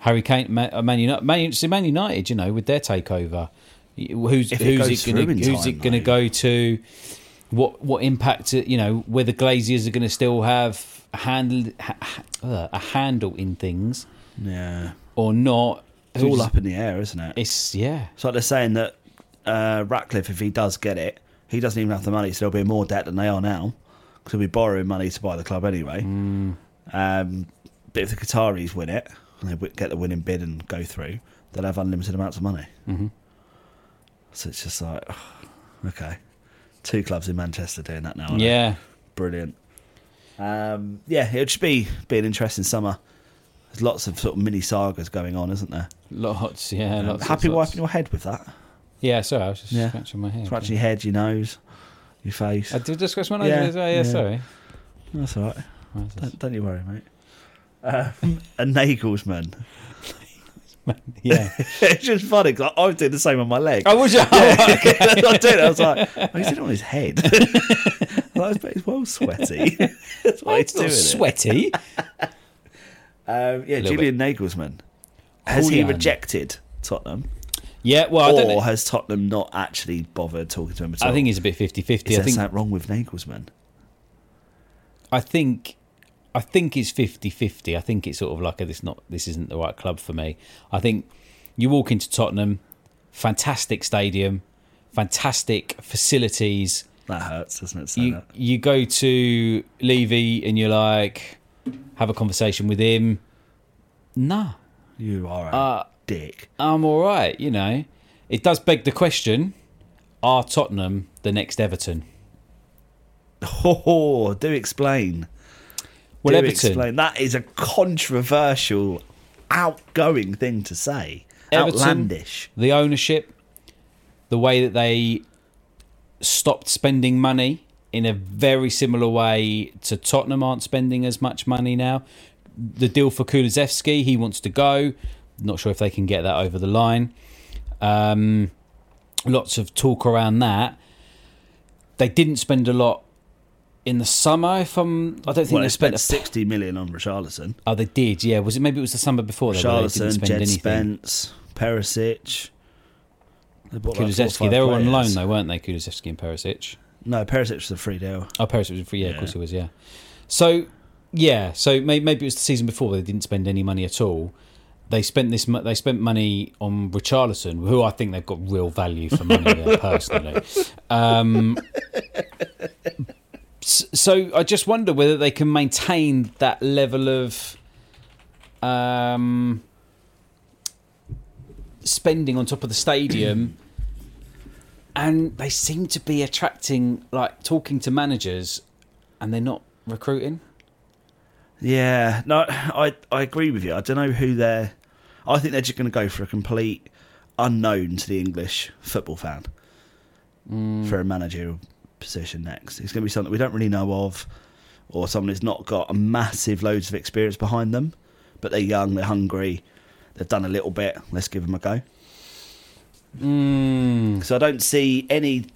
Speaker 1: Harry Kane, Man, uh, Man United, Man, see, Man United, you know, with their takeover, y- who's
Speaker 2: If it
Speaker 1: who's
Speaker 2: goes
Speaker 1: it going
Speaker 2: through in
Speaker 1: to who's
Speaker 2: time,
Speaker 1: it going to
Speaker 2: though.
Speaker 1: go to? What what impact? uh, You know, whether Glaziers are going to still have a handle ha, ha- uh, a handle in things
Speaker 2: Yeah,
Speaker 1: or not?
Speaker 2: it's all
Speaker 1: Who's-
Speaker 2: up in the air, isn't it?
Speaker 1: It's yeah,
Speaker 2: It's like they're saying that uh, Ratcliffe, if he does get it, he doesn't even have the money, so there'll be more debt than they are now because he'll be borrowing money to buy the club anyway.
Speaker 1: Hmm.
Speaker 2: Um, but if the Qataris win it and they wi- get the winning bid and go through, they'll have unlimited amounts of money. Mm-hmm. So it's just like, okay, two clubs in Manchester doing that now. aren't they?
Speaker 1: yeah.
Speaker 2: brilliant. Um, yeah, it'll just be be an interesting summer. There's lots of sort of mini sagas going on, isn't there?
Speaker 1: Lots, yeah,
Speaker 2: Um,
Speaker 1: lots.
Speaker 2: happy
Speaker 1: lots,
Speaker 2: wiping your head with that.
Speaker 1: Yeah, sorry, I was just
Speaker 2: Yeah.
Speaker 1: scratching my head.
Speaker 2: Scratch your head, your nose, your face.
Speaker 1: I did just scratch my nose. Yeah,
Speaker 2: Yeah,
Speaker 1: yeah,
Speaker 2: yeah.
Speaker 1: sorry.
Speaker 2: That's all right. Don't, don't you worry, mate. Um, and Nagelsmann.
Speaker 1: Yeah.
Speaker 2: it's just funny because I, I was doing the same on my leg.
Speaker 1: I Oh, was.
Speaker 2: I did. I was like, oh, he's doing it on his head. I was like, he's well sweaty. That's why he's
Speaker 1: It's
Speaker 2: doing
Speaker 1: not
Speaker 2: it.
Speaker 1: sweaty.
Speaker 2: Um, yeah,
Speaker 1: little
Speaker 2: Julian Nagelsmann. Has he
Speaker 1: Julian.
Speaker 2: rejected Tottenham?
Speaker 1: yeah, well, I
Speaker 2: Or
Speaker 1: don't. know.
Speaker 2: has Tottenham not actually bothered talking to him at all?
Speaker 1: I think it's a bit 50-50.
Speaker 2: is
Speaker 1: I
Speaker 2: there
Speaker 1: think
Speaker 2: something wrong with Nagelsmann?
Speaker 1: I think I think it's 50-50. I think it's sort of like this not this isn't the right club for me. I think you walk into Tottenham, fantastic stadium, fantastic facilities.
Speaker 2: That hurts, doesn't it? Saying
Speaker 1: You
Speaker 2: that?
Speaker 1: you go to Levy and you're like have a conversation with him. Nah,
Speaker 2: You are a dick.
Speaker 1: I'm all right, you know. It does beg the question, are Tottenham the next Everton?
Speaker 2: Oh, do explain.
Speaker 1: Well,
Speaker 2: do
Speaker 1: Everton.
Speaker 2: explain. That is a controversial, outgoing thing to say.
Speaker 1: Everton-
Speaker 2: Outlandish.
Speaker 1: the ownership, the way that they stopped spending money in a very similar way to Tottenham aren't spending as much money now. The deal for Kulizevsky, he wants to go. Not sure if they can get that over the line. Um, lots of talk around that. They didn't spend a lot in the summer. If I'm, I don't think
Speaker 2: Well,
Speaker 1: they
Speaker 2: they
Speaker 1: spent.
Speaker 2: spent
Speaker 1: a,
Speaker 2: sixty million on Richarlison,
Speaker 1: oh, they did. Yeah, was it maybe it was the summer before? though, where They didn't
Speaker 2: Richarlison,
Speaker 1: spend
Speaker 2: Jed
Speaker 1: anything.
Speaker 2: Spence, Perisic. They bought like four or
Speaker 1: Kulusevski,
Speaker 2: five
Speaker 1: they were on loan
Speaker 2: players.
Speaker 1: though, weren't they? Kulusevski and Perisic.
Speaker 2: No, Perisic was a free deal.
Speaker 1: Oh, Perisic was free. Yeah, of course he was. Yeah. So yeah, so maybe, maybe it was the season before they didn't spend any money at all. They spent this. mo- They spent money on Richarlison, who I think they've got real value for money there personally. Um, s- so I just wonder whether they can maintain that level of um, spending on top of the stadium and they seem to be attracting like talking to managers and they're not recruiting
Speaker 2: Yeah, no, I I agree with you. I don't know who they're. I think they're just going to go for a complete unknown to the English football fan for a managerial position next. It's going to be something we don't really know of, or someone who's not got a massive loads of experience behind them, but they're young, they're hungry, they've done a little bit. Let's give them a go. So I don't see any,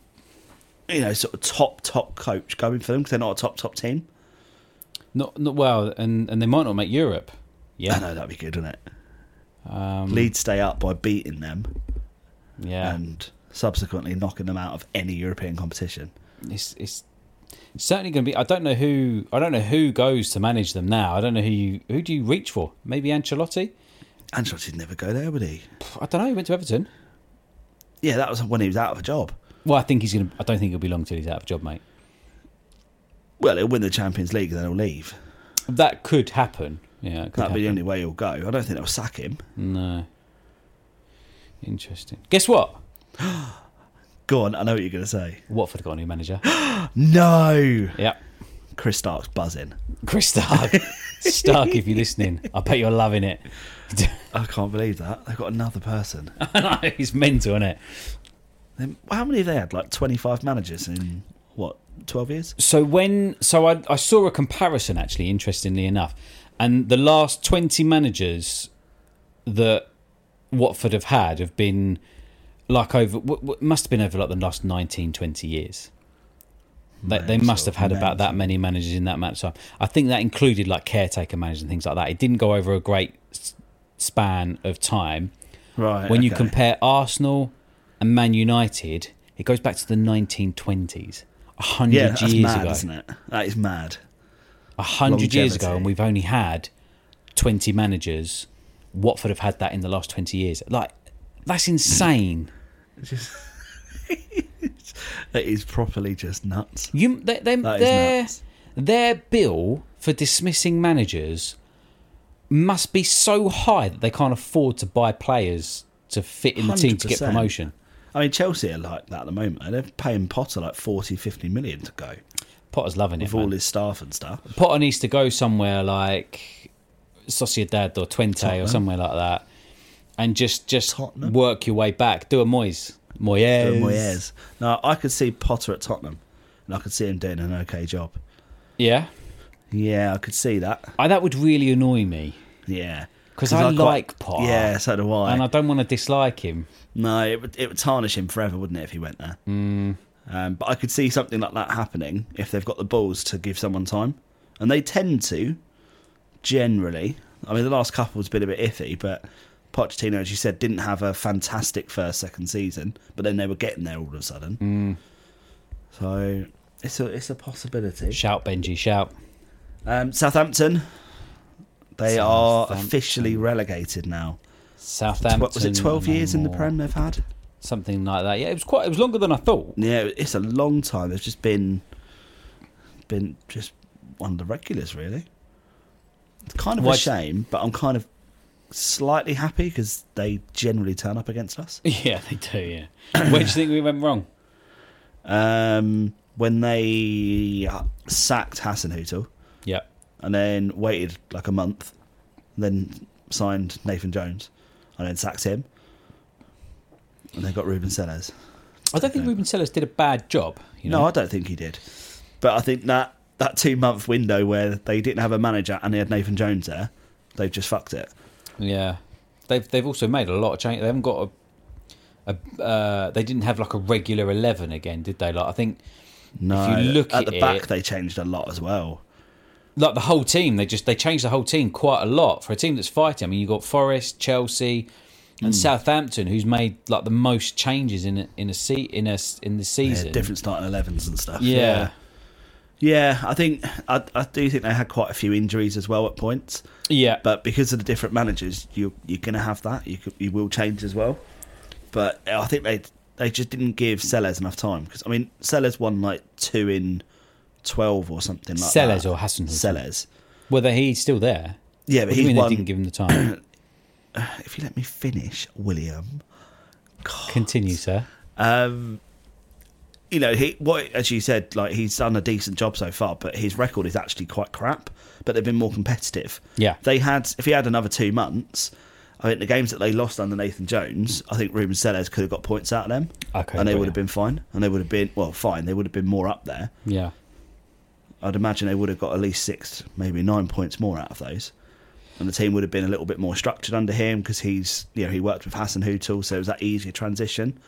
Speaker 2: you know, sort of top top coach going for them because they're not a top top team.
Speaker 1: not not well and and they might not make europe
Speaker 2: I
Speaker 1: yeah
Speaker 2: know that'd be good, wouldn't it? Leeds stay up by beating them
Speaker 1: yeah
Speaker 2: and subsequently knocking them out of any European competition.
Speaker 1: it's it's certainly going to be. I don't know who. I don't know who goes to manage them now. I don't know who you. Who do you reach for? Maybe Ancelotti.
Speaker 2: Ancelotti'd never go there, would he?
Speaker 1: I don't know. He went to Everton.
Speaker 2: Yeah, that was when he was out of a job.
Speaker 1: Well, I think he's going to. I don't think it'll be long till he's out of a job, mate.
Speaker 2: Well, he'll win the Champions League and then he'll leave.
Speaker 1: That could happen. Yeah, it could
Speaker 2: That'd be the
Speaker 1: happen.
Speaker 2: only way he'll go. I don't think they'll sack him.
Speaker 1: No. Interesting. Guess what?
Speaker 2: Go on, I know what you're going to say.
Speaker 1: Watford got a new manager.
Speaker 2: No!
Speaker 1: yep.
Speaker 2: Chris Stark's buzzing.
Speaker 1: Chris Stark. Stark, if you're listening, I bet you're loving it.
Speaker 2: I can't believe that. They've got another person.
Speaker 1: I know, it's mental, isn't it?
Speaker 2: Then- How many have they had? Like 25 managers in, what, 12 years?
Speaker 1: So when so I, I saw a comparison actually, interestingly enough, and the last twenty managers that Watford have had have been like over w- w- must have been over like the last 19, 20 years. They, they must have had about that many managers in that match time. I think that included like caretaker managers and things like that. It didn't go over a great s- span of time.
Speaker 2: Right.
Speaker 1: when you
Speaker 2: Uh, okay.
Speaker 1: compare Arsenal and Man United, it goes back to the 1920s, 100
Speaker 2: Yeah, that's
Speaker 1: years
Speaker 2: mad,
Speaker 1: ago.
Speaker 2: isn't it? That is mad.
Speaker 1: A hundred years ago,
Speaker 2: Longevity.
Speaker 1: and we've only had twenty managers. Watford have had that in the last twenty years. Like that's insane.
Speaker 2: It is properly just nuts.
Speaker 1: You, they, they,
Speaker 2: That is
Speaker 1: their
Speaker 2: nuts.
Speaker 1: their bill for dismissing managers must be so high that they can't afford to buy players to fit in the team to get
Speaker 2: 100%.
Speaker 1: promotion.
Speaker 2: I mean, Chelsea are like that at the moment. They're paying Potter like 40, 50 million to go
Speaker 1: Potter's loving it.
Speaker 2: with all
Speaker 1: Man.
Speaker 2: his staff and stuff.
Speaker 1: Potter needs to go somewhere like Sociedad or Twente or somewhere like that, and just just
Speaker 2: Tottenham?
Speaker 1: work your way back. Do a Moyes. Moyes.
Speaker 2: Doing Moyes. Now, I could see Potter at Tottenham and I could see him doing an okay job.
Speaker 1: Yeah.
Speaker 2: Yeah, I could see that.
Speaker 1: I, that would really annoy me
Speaker 2: Yeah.
Speaker 1: 'Cause I
Speaker 2: quite-
Speaker 1: like Potter.
Speaker 2: Yeah, so do I.
Speaker 1: and I don't want to dislike him.
Speaker 2: No, it would, it would tarnish him forever, wouldn't it, if he went there? Mm. Um, but I could see something like that happening if they've got the balls to give someone time. And they tend to, generally. I mean, the last couple's been a bit iffy, but Pochettino, as you said, didn't have a fantastic first, second season, but then they were getting there all of a sudden. So it's a, it's a possibility.
Speaker 1: Shout Benji, shout.
Speaker 2: Um, Southampton, they are officially relegated now.
Speaker 1: Southampton.
Speaker 2: What was it? Twelve
Speaker 1: no
Speaker 2: years in the
Speaker 1: more.
Speaker 2: Prem they've had.
Speaker 1: Something like that. Yeah, it was quite. It was longer than I thought.
Speaker 2: Yeah, it's a long time. They've just been, been just one of the regulars really. It's kind of
Speaker 1: Why-
Speaker 2: a shame, but I'm kind of slightly happy because they generally turn up against us.
Speaker 1: Yeah, they do. Yeah. Where do you think we went wrong?
Speaker 2: Um, when they uh, sacked Hassenhutel
Speaker 1: Yeah.
Speaker 2: and then waited like a month, then signed Nathan Jones, and then sacked him, and they got Ruben Sellers.
Speaker 1: I don't think Ruben Sellers did a bad job. You know?
Speaker 2: No, I don't think he did. But I think that that two month window where they didn't have a manager and they had Nathan Jones there, they've just fucked it.
Speaker 1: Yeah. They've they've also made a lot of change. They haven't got a. a uh, they didn't have like a regular eleven again, did they? Like I think
Speaker 2: No,
Speaker 1: you look
Speaker 2: at
Speaker 1: at
Speaker 2: the
Speaker 1: it-
Speaker 2: back, they changed a lot as well.
Speaker 1: like the whole team. They just they changed the whole team quite a lot for a team that's fighting. I mean, you have got Forest, Chelsea,
Speaker 2: Hmm.
Speaker 1: and Southampton, who's made like the most changes in a, in a se- in a s- in the
Speaker 2: They
Speaker 1: season.
Speaker 2: had different starting elevens and stuff.
Speaker 1: Yeah.
Speaker 2: yeah. I think I, I do think they had quite a few injuries as well at points.
Speaker 1: yeah, but
Speaker 2: But because of the different managers, you you're gonna have that. You could, you will change as well. But I think they they just didn't give Sellers enough time because I mean Sellers won like two in twelve or something like
Speaker 1: Sellers
Speaker 2: that.
Speaker 1: or Hassan?
Speaker 2: Sellers.
Speaker 1: Whether he's still there?
Speaker 2: Yeah,
Speaker 1: What
Speaker 2: but
Speaker 1: do you
Speaker 2: he's
Speaker 1: mean
Speaker 2: won.
Speaker 1: they didn't give him the time?
Speaker 2: if you let me finish, William.
Speaker 1: Continue, sir.
Speaker 2: Um, you know, he what as you said, like he's done a decent job so far, but his record is actually quite crap. But they've been more competitive.
Speaker 1: Yeah.
Speaker 2: they had if he had another two months. I think the games that they lost under Nathan Jones, I think Ruben Sellers could have got points out of them,
Speaker 1: Okay,
Speaker 2: and they would
Speaker 1: brilliant.
Speaker 2: have been fine, and they would have been well, fine. They would have been more up there.
Speaker 1: Yeah.
Speaker 2: I'd imagine they would have got at least six, maybe nine points more out of those. And the team would have been a little bit more structured under him because he's, you know, he worked with Hassan Hutel, so it was that easier transition.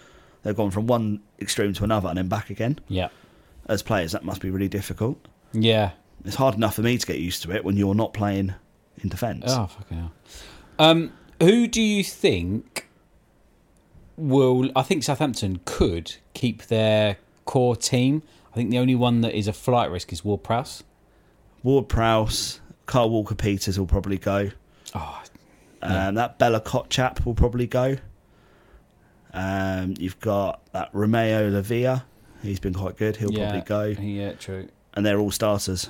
Speaker 2: They've gone from one extreme to another and then back again.
Speaker 1: Yeah.
Speaker 2: As players, that must be really difficult.
Speaker 1: Yeah.
Speaker 2: It's hard enough for me to get used to it when you're not playing in defence.
Speaker 1: Oh fucking hell. Um, who do you think will? I think Southampton could keep their core team. I think the only one that is a flight risk is Ward Prowse.
Speaker 2: Ward Prowse, Carl Walker Peters will probably go.
Speaker 1: Oh,
Speaker 2: Um, that Bella Cot chap will probably go. Um, you've got that Romeo Lavia. He's been quite good. He'll
Speaker 1: yeah,
Speaker 2: probably go.
Speaker 1: Yeah, true.
Speaker 2: And they're all starters.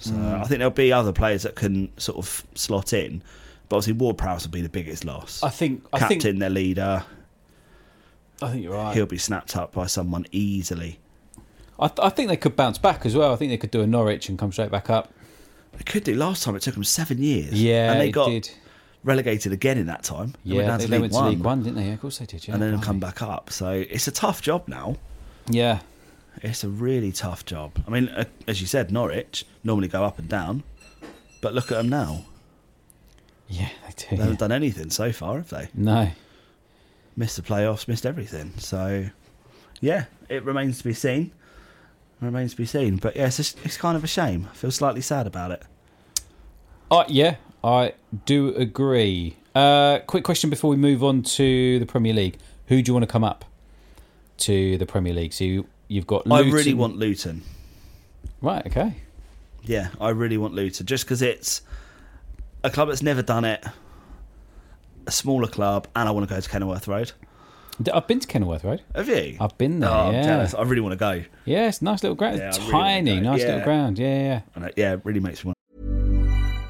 Speaker 2: So
Speaker 1: Hmm.
Speaker 2: I think there'll be other players that can sort of slot in. But obviously, Ward Prowse will be the biggest loss.
Speaker 1: I think. I
Speaker 2: Captain,
Speaker 1: think.
Speaker 2: their leader.
Speaker 1: I think you're right.
Speaker 2: He'll be snapped up by someone easily.
Speaker 1: I, th- I think they could bounce back as well. I think they could do a Norwich and come straight back up.
Speaker 2: They could do last time. It took them seven years.
Speaker 1: Yeah,
Speaker 2: And they
Speaker 1: it
Speaker 2: got
Speaker 1: did.
Speaker 2: relegated again in that time. They went
Speaker 1: Yeah,
Speaker 2: down
Speaker 1: they,
Speaker 2: to
Speaker 1: they
Speaker 2: League
Speaker 1: went to League One, didn't they? Yeah, of course they did. Yeah,
Speaker 2: and then they'll
Speaker 1: blimey.
Speaker 2: come back up. So it's a tough job now.
Speaker 1: Yeah,
Speaker 2: It's a really tough job. I mean, uh, as you said, Norwich normally go up and down, but look at them now.
Speaker 1: yeah, they
Speaker 2: They
Speaker 1: do.
Speaker 2: haven't done anything so far, have they?
Speaker 1: No,
Speaker 2: Missed the playoffs, missed everything. So, yeah, it remains to be seen. Remains to be seen. But yeah, it's, just, it's kind of a shame. I feel slightly sad about it.
Speaker 1: Uh, yeah, I do agree. Uh, quick question before we move on to the Premier League: Who do you want to come up to the Premier League? So you, you've got. Luton.
Speaker 2: I really want Luton.
Speaker 1: Right. Okay.
Speaker 2: Yeah, I really want Luton just because it's a club that's never done it, a smaller club, and I want to go to Kenilworth Road.
Speaker 1: D- I've been to Kenilworth, right?
Speaker 2: Have you?
Speaker 1: I've been there,
Speaker 2: Oh, I'm
Speaker 1: yeah.
Speaker 2: jealous. I really want to go.
Speaker 1: Yeah, it's a nice little ground.
Speaker 2: Yeah, I really wanna
Speaker 1: Tiny,
Speaker 2: go.
Speaker 1: nice
Speaker 2: Yeah.
Speaker 1: little ground. Yeah, yeah. yeah.
Speaker 2: And it, yeah, it really makes me want.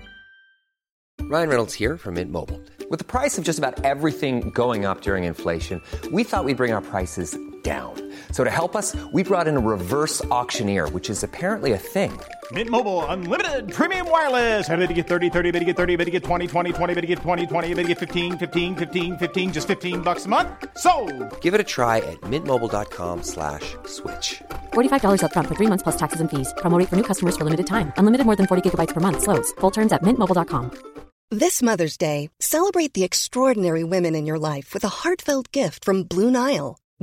Speaker 4: Ryan Reynolds here from Mint Mobile. With the price of just about everything going up during inflation, we thought we'd bring our prices down. So to help us, we brought in a reverse auctioneer, which is apparently a thing.
Speaker 5: Mint Mobile unlimited premium wireless. Ready to get 30, 30, bit to get 30, bit to get 20, 20, 20, bit to get 20, 20, bit to get 15, 15, 15, 15 just 15 bucks a month. So,
Speaker 4: Give it a try at mintmobile.com/slash switch.
Speaker 6: $45 upfront for three months plus taxes and fees. Promoting for new customers for limited time. Unlimited more than 40 gigabytes per month. Slows. Full terms at mintmobile.com.
Speaker 7: This Mother's Day, celebrate the extraordinary women in your life with a heartfelt gift from Blue Nile.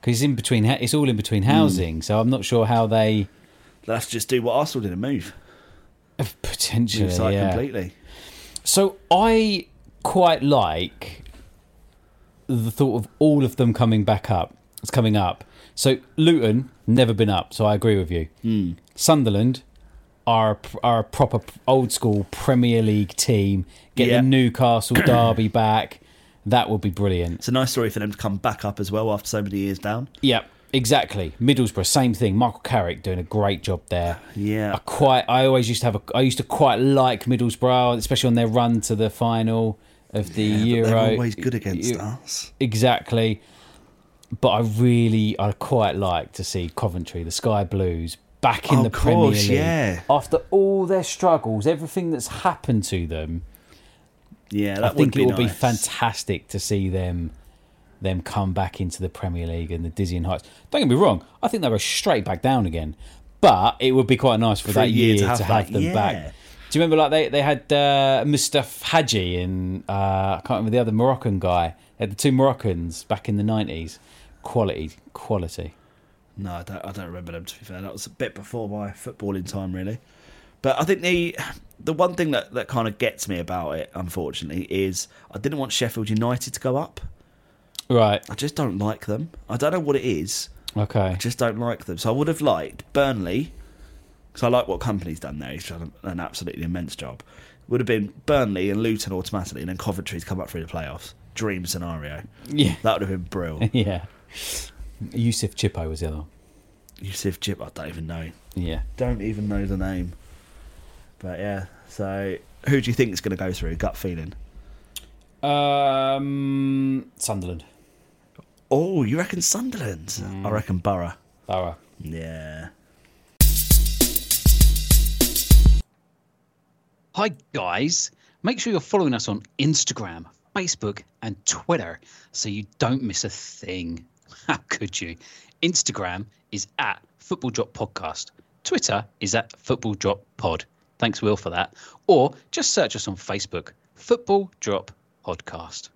Speaker 1: because it's in between. ha- It's all in
Speaker 2: Hmm.
Speaker 1: between housing. So I'm not sure how they
Speaker 2: Let's just do what Arsenal did and move.
Speaker 1: potentially.
Speaker 2: Move side
Speaker 1: yeah.
Speaker 2: completely.
Speaker 1: So I quite like the thought of all of them coming back up. It's coming up. So Luton never been up. So I agree with you. Sunderland are are a proper old school Premier League team. Get
Speaker 2: Yeah.
Speaker 1: the Newcastle derby back. That would be brilliant.
Speaker 2: It's a nice story for them to come back up as well after so many years down.
Speaker 1: Yep, exactly. Middlesbrough, same thing. Michael Carrick doing a great job there.
Speaker 2: Yeah.
Speaker 1: I quite. I always used to have a. I used to quite like Middlesbrough, especially on their run to the final of the Euro.
Speaker 2: They're always good against
Speaker 1: Eu-
Speaker 2: us.
Speaker 1: Exactly. But I really, I quite like to see Coventry, the Sky Blues, back in
Speaker 2: Oh, Of
Speaker 1: the Premier
Speaker 2: course,
Speaker 1: League
Speaker 2: yeah.
Speaker 1: after all their struggles, everything that's happened to them.
Speaker 2: Yeah, that
Speaker 1: I think
Speaker 2: would be
Speaker 1: it would be
Speaker 2: nice.
Speaker 1: fantastic to see them them come back into the Premier League and the dizzying heights. Don't get me wrong, I think they were straight back down again, but it would be quite nice for
Speaker 2: For a
Speaker 1: that year,
Speaker 2: year to
Speaker 1: to
Speaker 2: have
Speaker 1: have,
Speaker 2: that,
Speaker 1: them
Speaker 2: yeah.
Speaker 1: back. Do you remember like they they had uh, Mustaf Hadji and uh, I can't remember the other Moroccan guy. They had the two Moroccans back in the nineties. Quality, quality.
Speaker 2: No, I don't, I don't remember them. To be fair, that was a bit before my footballing time, really. But I think the the one thing that, that kind of gets me about it, unfortunately, is I didn't want Sheffield United to go up.
Speaker 1: Right.
Speaker 2: I just don't like them. I don't know what it is.
Speaker 1: Okay.
Speaker 2: I just don't like them. So I would have liked Burnley because I like what company's done there. He's done an absolutely immense job. Would have been Burnley and Luton automatically, and then Coventry's come up through the playoffs. Dream scenario.
Speaker 1: Yeah.
Speaker 2: That would have been brilliant.
Speaker 1: yeah. Yusuf Chippo was the other one.
Speaker 2: Yusuf Jip, I don't even know.
Speaker 1: Yeah.
Speaker 2: Don't even know the name. But yeah, so who do you think is going to go through? Gut feeling.
Speaker 1: Um Sunderland.
Speaker 2: Oh, you reckon Sunderland?
Speaker 1: Mm.
Speaker 2: I reckon Borough.
Speaker 1: Borough.
Speaker 2: Yeah.
Speaker 8: Hi, guys. Make sure you're following us on Instagram, Facebook, and Twitter so you don't miss a thing. How could you? Instagram is at Football Drop Podcast. Twitter is at Football Drop Pod. Thanks, Will, for that. Or just search us on Facebook, Football Drop Podcast.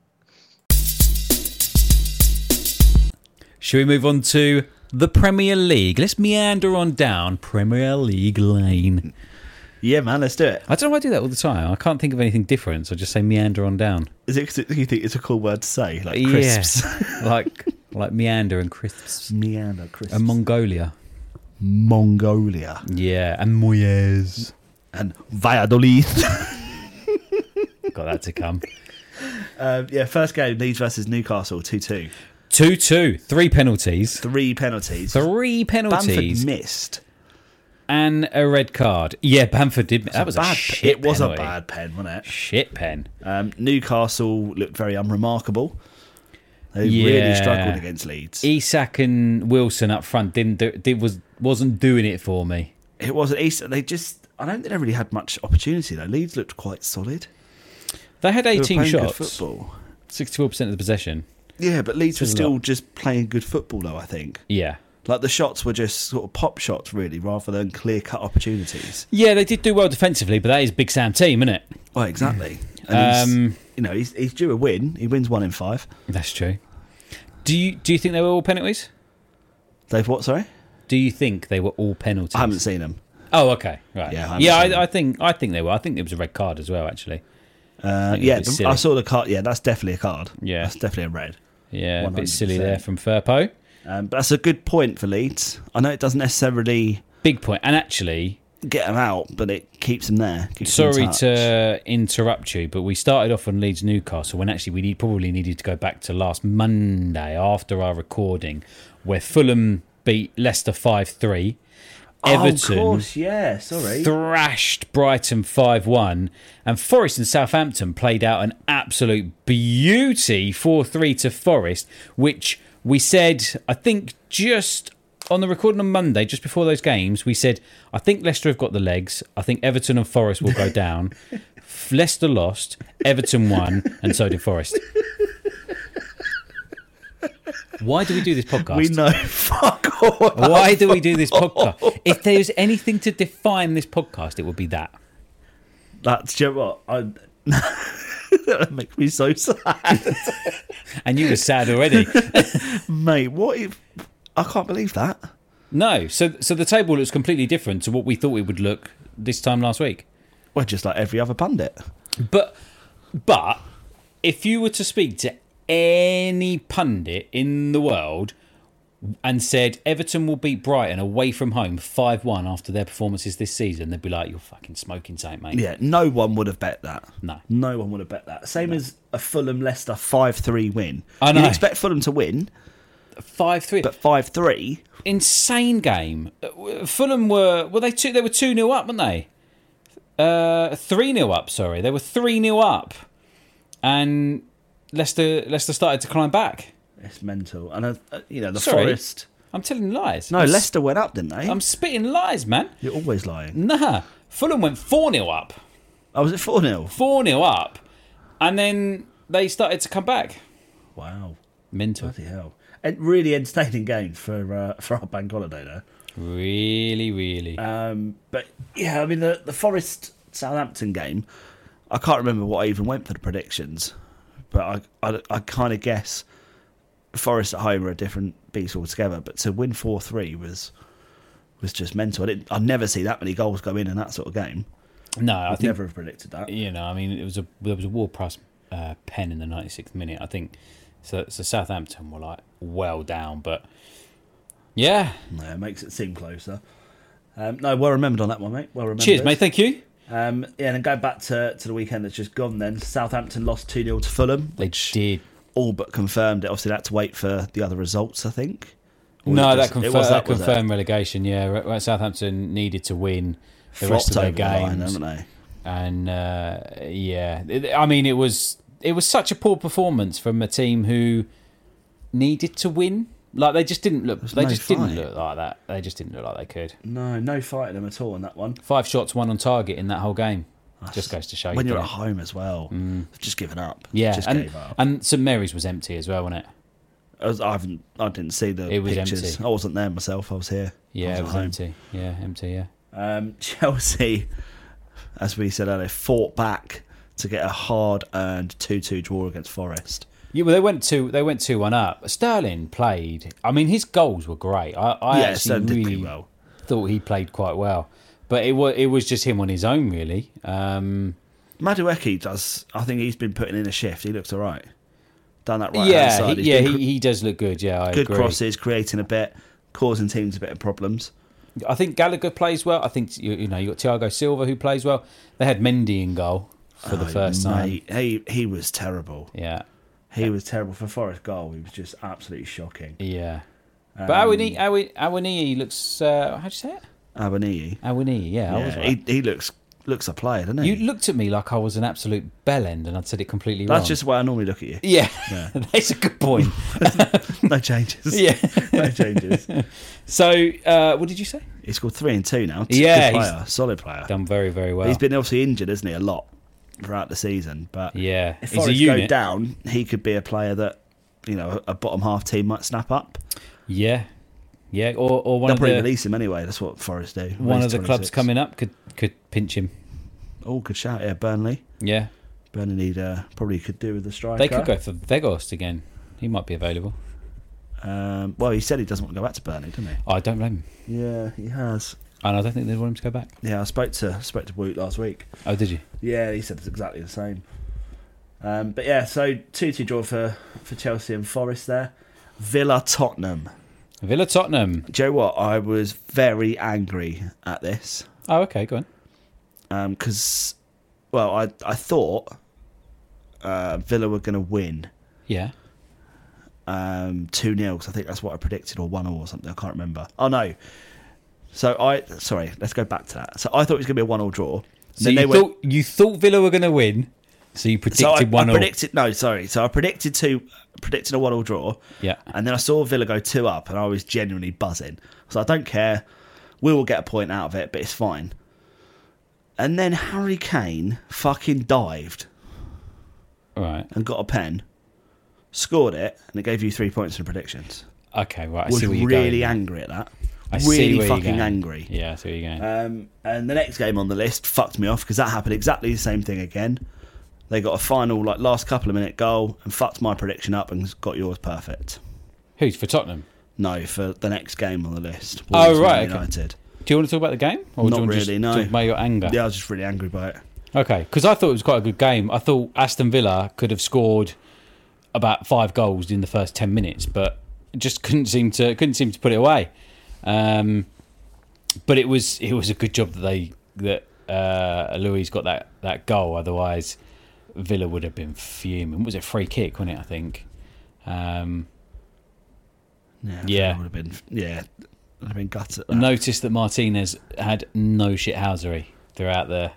Speaker 1: Should we move on to the Premier League? Let's meander on down Premier League lane.
Speaker 2: Yeah, man, let's do it.
Speaker 1: I don't know why I do that all the time. I can't think of anything different, so I just say meander on down.
Speaker 2: Is it because you think it's a cool word to say? Like crisps.
Speaker 1: Yeah. like like meander and crisps.
Speaker 2: Meander, crisps.
Speaker 1: And Mongolia.
Speaker 2: Mongolia.
Speaker 1: Yeah, and Moyes.
Speaker 2: And Valladolid.
Speaker 1: Got that to come.
Speaker 2: Um, yeah, first game Leeds versus Newcastle 2 2.
Speaker 1: 2 2. Three penalties.
Speaker 2: Three penalties.
Speaker 1: Three penalties.
Speaker 2: Bamford missed.
Speaker 1: And a red card. Yeah, Bamford did. That was a,
Speaker 2: bad
Speaker 1: shit
Speaker 2: It was
Speaker 1: penalty.
Speaker 2: a bad pen, wasn't it?
Speaker 1: shit pen.
Speaker 2: Um, Newcastle looked very unremarkable. They
Speaker 1: Yeah. E-
Speaker 2: really struggled against Leeds.
Speaker 1: Isak and Wilson up front didn't do, did, was wasn't doing it for me.
Speaker 2: It wasn't East. They just, I don't think they really had much opportunity though. Leeds looked quite solid.
Speaker 1: They had
Speaker 2: They were
Speaker 1: 18
Speaker 2: playing good
Speaker 1: shots,
Speaker 2: football.
Speaker 1: 64% of the possession.
Speaker 2: Yeah, but Leeds were
Speaker 1: Says a
Speaker 2: still
Speaker 1: lot.
Speaker 2: just playing good football though. I think.
Speaker 1: Yeah.
Speaker 2: Like the shots were just sort of pop shots, really, rather than clear cut opportunities.
Speaker 1: Yeah, they did do well defensively, but that is Big Sam team, isn't it?
Speaker 2: Oh, exactly. And
Speaker 1: Um,
Speaker 2: he's, you know, he's, he's due a win. He wins one in five.
Speaker 1: That's true. Do you do you think they were all penalties?
Speaker 2: They've what? Sorry,
Speaker 1: Do you think they were all penalties?
Speaker 2: I haven't seen him.
Speaker 1: Oh, okay, right.
Speaker 2: Yeah, I
Speaker 1: Yeah,
Speaker 2: haven't
Speaker 1: I,
Speaker 2: seen them.
Speaker 1: I, think I think they were. I think it was a red card as well, actually.
Speaker 2: Uh,
Speaker 1: think it
Speaker 2: yeah,
Speaker 1: was
Speaker 2: the-
Speaker 1: silly.
Speaker 2: I saw the card. Yeah, that's definitely a card.
Speaker 1: Yeah.
Speaker 2: that's definitely a red.
Speaker 1: Yeah, a bit silly
Speaker 2: 100%.
Speaker 1: there from Furpo.
Speaker 2: Um, but that's a good point for Leeds. I know it doesn't necessarily
Speaker 1: Big point. And actually,
Speaker 2: get them out, but it keeps them there. keeps them in
Speaker 1: sorry
Speaker 2: touch.
Speaker 1: to interrupt you, but we started off on Leeds Newcastle when actually we need, probably needed to go back to last Monday after our recording, where Fulham beat Leicester five three. Everton
Speaker 2: Oh, of course, yeah. Sorry.
Speaker 1: thrashed Brighton 5 1. And Forest and Southampton played out an absolute beauty 4 3 to Forest, which we said, I think, just on the recording on Monday, just before those games, we said, I think Leicester have got the legs. I think Everton and Forest will go down. F- Leicester lost, Everton won, and so did Forest. Why do we do this podcast?
Speaker 2: we know. Fuck all. about
Speaker 1: Why do we do this podcast? If there's anything to define this podcast, it would be that.
Speaker 2: That's do you know what I. that makes me so sad,
Speaker 1: And you were sad already.
Speaker 2: mate. What if I can't believe that?
Speaker 1: no, so so the table looks completely different to what we thought it would look this time last week.
Speaker 2: We're just like every other pundit.
Speaker 1: But but if you were to speak to any pundit in the world and said Everton will beat Brighton away from home 5-1 after their performances this season, they'd be like, you're fucking smoking taint, mate.
Speaker 2: Yeah, no one would have bet that.
Speaker 1: No.
Speaker 2: no one would have bet that. Same as a Fulham Leicester five three win.
Speaker 1: I know.
Speaker 2: You'd expect Fulham to win,
Speaker 1: 5-3.
Speaker 2: but five three.
Speaker 1: insane game. Uh, Fulham were were they two? They were two 0 up, weren't they? Uh, three 0 up. Sorry, they were three 0 up, and Leicester Leicester started to climb back.
Speaker 2: It's mental. And uh, uh, you know the
Speaker 1: Sorry.
Speaker 2: Forest.
Speaker 1: I'm telling lies.
Speaker 2: No,
Speaker 1: I'm s-
Speaker 2: Leicester went up, didn't they?
Speaker 1: I'm spitting lies, man.
Speaker 2: You're always lying.
Speaker 1: Nah, Fulham went four 0 up,
Speaker 2: I was at four 0
Speaker 1: four 0 up, and then they started to come back.
Speaker 2: Wow,
Speaker 1: Mental,
Speaker 2: bloody hell! And really entertaining game for uh, for our bank holiday there.
Speaker 1: really, really.
Speaker 2: Um, but yeah, I mean the the Forest Southampton game. I can't remember what I even went for the predictions, but I I, I kind of guess Forest at home are a different beast altogether. But to win four three was was just mental. I didn't, I never see that many goals go in in that sort of game.
Speaker 1: no, I
Speaker 2: I'd
Speaker 1: think
Speaker 2: never have predicted that.
Speaker 1: you know, I mean, it was a there was a war price uh, pen in the 96th minute, I think. So, so Southampton were like well down, but yeah.
Speaker 2: No, it makes it seem closer. Um, no, well remembered on that one, mate. Well remembered.
Speaker 1: Cheers, mate. Thank you.
Speaker 2: Um, yeah, and then going back to, to the weekend that's just gone. Then Southampton lost two 0 to Fulham.
Speaker 1: They did.
Speaker 2: all but confirmed it. Obviously, they had to wait for the other results. I think. Or
Speaker 1: No,
Speaker 2: it
Speaker 1: that
Speaker 2: just-
Speaker 1: confirmed
Speaker 2: it was
Speaker 1: that,
Speaker 2: was it?
Speaker 1: confirmed relegation. Yeah, Re- Re- Southampton needed to win the
Speaker 2: Flopped
Speaker 1: rest of their
Speaker 2: over the line,
Speaker 1: games,
Speaker 2: haven't they?
Speaker 1: and uh, yeah, It- I mean, it was it was such a poor performance from a team who needed to win. Like they just didn't look. They
Speaker 2: no
Speaker 1: just
Speaker 2: fight.
Speaker 1: didn't look like that. They just didn't look like they could.
Speaker 2: No, no fight in them at all in that one.
Speaker 1: Five shots, one on target in that whole game. just goes to show
Speaker 2: When
Speaker 1: you.
Speaker 2: you're at
Speaker 1: don't it?
Speaker 2: home as well, they've just given up.
Speaker 1: yeah,
Speaker 2: just
Speaker 1: and,
Speaker 2: gave up.
Speaker 1: and St Mary's was empty as well, wasn't it?
Speaker 2: As I haven't, I didn't see the
Speaker 1: It was
Speaker 2: pictures.
Speaker 1: empty.
Speaker 2: I wasn't there myself. I was here.
Speaker 1: Yeah,
Speaker 2: I
Speaker 1: it was
Speaker 2: at home.
Speaker 1: empty. Yeah, empty. Yeah.
Speaker 2: Um, Chelsea, as we said earlier, fought back to get a hard-earned two-two draw against Forest.
Speaker 1: Yeah, well, they went two. They went two one up. Sterling played. I mean, his goals were great. I, I
Speaker 2: Yeah,
Speaker 1: actually
Speaker 2: Sterling did
Speaker 1: really
Speaker 2: pretty well.
Speaker 1: thought he played quite well, but it was it was just him on his own, really. Um,
Speaker 2: Madueke does. I think he's been putting in a shift. He looks all right down that right hand
Speaker 1: yeah,
Speaker 2: side.
Speaker 1: he,
Speaker 2: he's
Speaker 1: yeah,
Speaker 2: been
Speaker 1: he,
Speaker 2: cr-
Speaker 1: he does look good. Yeah, I
Speaker 2: good
Speaker 1: agree.
Speaker 2: crosses, creating a bit, causing teams a bit of problems.
Speaker 1: I think Gallagher plays well. I think you, you know you got Thiago Silva who plays well. They had Mendy in goal for the
Speaker 2: Oh,
Speaker 1: first time.
Speaker 2: mate, He he was terrible.
Speaker 1: Yeah,
Speaker 2: He was terrible for Forest goal. He was just absolutely shocking.
Speaker 1: yeah. but
Speaker 2: Um,
Speaker 1: Awani, Awi- Awani looks. Uh, how do you say it?
Speaker 2: Abaniyi,
Speaker 1: Awani. Yeah, I was
Speaker 2: yeah,
Speaker 1: right.
Speaker 2: he, he looks looks a player, doesn't he?
Speaker 1: You looked at me like I was an absolute bell end, and I'd said it completely wrong.
Speaker 2: That's just why I normally look at you.
Speaker 1: yeah.
Speaker 2: Yeah.
Speaker 1: That's a good point.
Speaker 2: no changes.
Speaker 1: Yeah.
Speaker 2: no changes.
Speaker 1: So, uh, what did you say?
Speaker 2: He's scored three and two now.
Speaker 1: Yeah,
Speaker 2: good
Speaker 1: he's-
Speaker 2: player, solid player.
Speaker 1: Done very, very well.
Speaker 2: He's been obviously injured, isn't he, a lot throughout the season. But
Speaker 1: yeah,
Speaker 2: if
Speaker 1: he's a
Speaker 2: Forest go
Speaker 1: unit.
Speaker 2: down, he could be a player that you know a bottom half team might snap up.
Speaker 1: Yeah, yeah. Or, or one
Speaker 2: They'll
Speaker 1: of
Speaker 2: probably
Speaker 1: the
Speaker 2: release him anyway. That's what Forest do.
Speaker 1: one
Speaker 2: Release
Speaker 1: of the
Speaker 2: 26.
Speaker 1: clubs coming up could could pinch him.
Speaker 2: Oh, good shout! Yeah, Burnley.
Speaker 1: Yeah,
Speaker 2: Burnley need uh, probably could do with the striker.
Speaker 1: they could go for Vegost again. He might be available.
Speaker 2: Um, well, he said he doesn't want to go back to Burnley, didn't he?
Speaker 1: I don't blame him,
Speaker 2: Yeah, he has.
Speaker 1: and I don't think they want him to go back.
Speaker 2: Yeah, I spoke to spoke to Woot last week.
Speaker 1: Oh, did you?
Speaker 2: Yeah, he said it's exactly the same. Um, but yeah, so two two draw for for Chelsea and Forest there. Villa Tottenham.
Speaker 1: Villa Tottenham.
Speaker 2: Do you know what? I was very angry at this
Speaker 1: Oh, okay, go on.
Speaker 2: because, well, I I thought uh, Villa were going to win
Speaker 1: Yeah,
Speaker 2: um, two 0 because I think that's what I predicted or one or something. I can't remember. Oh no. So I sorry, let's go back to that. So I thought it was going to be a one all draw.
Speaker 1: so you
Speaker 2: went-
Speaker 1: thought you thought Villa were going to win, so you predicted
Speaker 2: so I,
Speaker 1: one
Speaker 2: I
Speaker 1: all.
Speaker 2: predicted no, sorry. So I predicted two, predicted a one-all draw.
Speaker 1: Yeah.
Speaker 2: and then I saw Villa go two up, and I was genuinely buzzing. So I don't care. We will get a point out of it, but it's fine. And then Harry Kane fucking dived
Speaker 1: Right.
Speaker 2: and got a pen, scored it, and it gave you three points in predictions.
Speaker 1: Okay. Right. I
Speaker 2: was
Speaker 1: see where you're
Speaker 2: really
Speaker 1: going.
Speaker 2: angry at that.
Speaker 1: I see
Speaker 2: really
Speaker 1: where you're
Speaker 2: fucking
Speaker 1: going.
Speaker 2: angry.
Speaker 1: Yeah, I see where you're going.
Speaker 2: Um, and the next game on the list fucked me off because that happened exactly the same thing again. They got a final, like last couple of minute goal, and fucked my prediction up and got yours perfect.
Speaker 1: Who's for Tottenham?
Speaker 2: No, for the next game on the list.
Speaker 1: Oh,
Speaker 2: Wolves, Man
Speaker 1: right, okay.
Speaker 2: United.
Speaker 1: Do you want to talk about the game? do you
Speaker 2: Not
Speaker 1: want to
Speaker 2: really.
Speaker 1: just
Speaker 2: no.
Speaker 1: Talk about your anger.
Speaker 2: Yeah, I was just really angry by it.
Speaker 1: Okay, because I thought it was quite a good game. I thought Aston Villa could have scored about five goals in the first ten minutes, but just couldn't seem to couldn't seem to put it away. Um, but it was it was a good job that they that uh, Louis got that that goal. Otherwise, Villa would have been fuming. It was a free kick, wasn't it? I think. Um,
Speaker 2: Yeah,
Speaker 1: Yeah.
Speaker 2: I would have been. Yeah, I'd have been gutted. At that.
Speaker 1: noticed that Martinez had no shithousery throughout the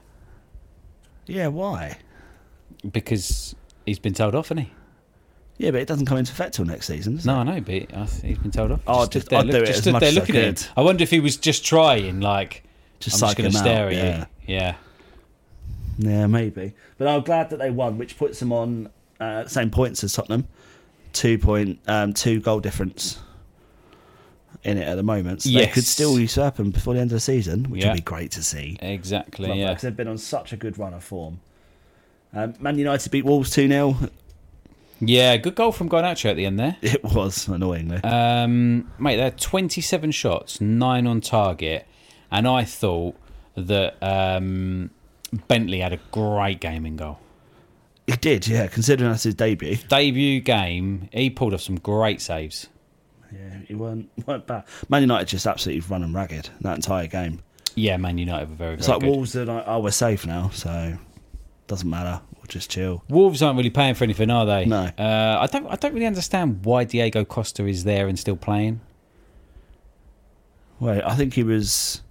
Speaker 2: Yeah, why?
Speaker 1: because he's been told off, hasn't he?
Speaker 2: Yeah, but it doesn't come into effect till next season. Does
Speaker 1: No,
Speaker 2: it?
Speaker 1: I know, but he- I think he's been told off.
Speaker 2: Oh,
Speaker 1: stood
Speaker 2: just- I'd do it as
Speaker 1: stood
Speaker 2: much
Speaker 1: there
Speaker 2: as I
Speaker 1: looking at
Speaker 2: could.
Speaker 1: him. I wonder if he was just trying, like,
Speaker 2: Just
Speaker 1: I'm just
Speaker 2: psych
Speaker 1: going
Speaker 2: him
Speaker 1: to
Speaker 2: out,
Speaker 1: stare at
Speaker 2: yeah.
Speaker 1: you. Yeah.
Speaker 2: Yeah, maybe. But I'm glad that they won, which puts them on uh, same points as Tottenham. Two point, um, two goal difference in it at the moment. So they
Speaker 1: Yes.
Speaker 2: could still usurp them before the end of the season, which
Speaker 1: Yeah.
Speaker 2: would be great to see.
Speaker 1: exactly.
Speaker 2: Love that,
Speaker 1: yeah.
Speaker 2: 'cause they've been on such a good run of form. Um, Man United beat Wolves 2 0.
Speaker 1: Yeah, good goal from Garnacho at the end there.
Speaker 2: It was annoyingly.
Speaker 1: Um, mate, they had 27 shots, nine on target, and I thought that um, Bentley had a great game in goal.
Speaker 2: It did, yeah, considering that's his debut.
Speaker 1: Debut game, he pulled off some great saves.
Speaker 2: Yeah, he weren't, weren't bad. Man United just absolutely running ragged that entire game.
Speaker 1: Yeah, Man United were very, very
Speaker 2: It's like
Speaker 1: good.
Speaker 2: Wolves are like, oh, we're safe now, so doesn't matter. We'll just chill.
Speaker 1: Wolves aren't really paying for anything, are they?
Speaker 2: No.
Speaker 1: Uh, I don't. I don't really understand why Diego Costa is there and still playing.
Speaker 2: Wait, I think he was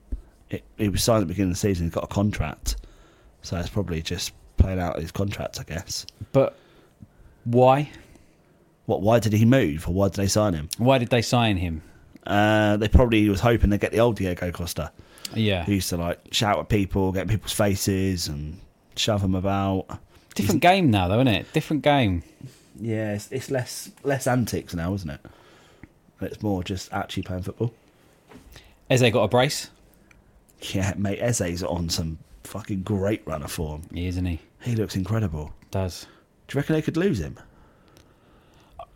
Speaker 2: it, he was signed at the beginning of the season. He got a contract, so it's probably just playing out his contract, I guess.
Speaker 1: But why?
Speaker 2: What? Why did he move, or why did they sign him?
Speaker 1: Why did they sign him?
Speaker 2: Uh, they probably was hoping they'd get the old Diego Costa,
Speaker 1: Yeah.
Speaker 2: who used to like shout at people, get in people's faces, and shove them about.
Speaker 1: Different game now, though, isn't it? Different game.
Speaker 2: yeah, it's, it's less less antics now, isn't it? It's more just actually playing football.
Speaker 1: Eze got a brace.
Speaker 2: Yeah, mate, Eze's on some fucking great run of form.
Speaker 1: He is, isn't he?
Speaker 2: He looks incredible.
Speaker 1: Does.
Speaker 2: Do you reckon they could lose him?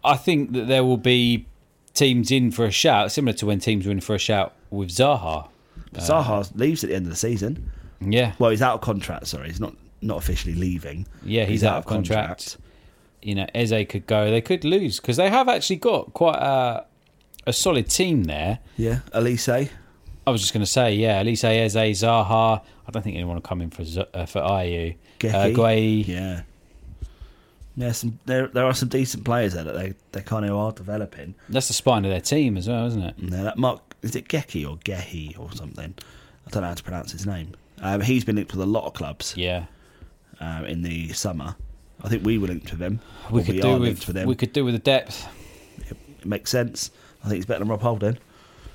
Speaker 1: I think that there will be teams in for a shout, similar to when teams were in for a shout with Zaha.
Speaker 2: But Zaha leaves at the end of the season.
Speaker 1: Yeah.
Speaker 2: Well, he's out of contract. Sorry, he's not not officially leaving.
Speaker 1: Yeah, he's, out, of contract. You know, Eze could go. They could lose because they have actually got quite a, a solid team there.
Speaker 2: Yeah, Elise.
Speaker 1: I was just going to say, yeah, Elise, Eze, Zaha. I don't think anyone will come in for Z- uh, for IU. Uh,
Speaker 2: Geki.
Speaker 1: Gueye.
Speaker 2: Yeah. Yeah, some, there there are some decent players there that they they kind of are developing.
Speaker 1: That's the spine of their team as well, isn't it?
Speaker 2: Now that Mark is it Geki or Gehi or something? I don't know how to pronounce his name. Um, he's been linked with a lot of clubs.
Speaker 1: Yeah,
Speaker 2: um, in the summer, I think we were linked with him.
Speaker 1: We
Speaker 2: or
Speaker 1: could
Speaker 2: are
Speaker 1: do
Speaker 2: linked
Speaker 1: with
Speaker 2: with him.
Speaker 1: we could do with the depth.
Speaker 2: It makes sense. I think he's better than Rob Holding.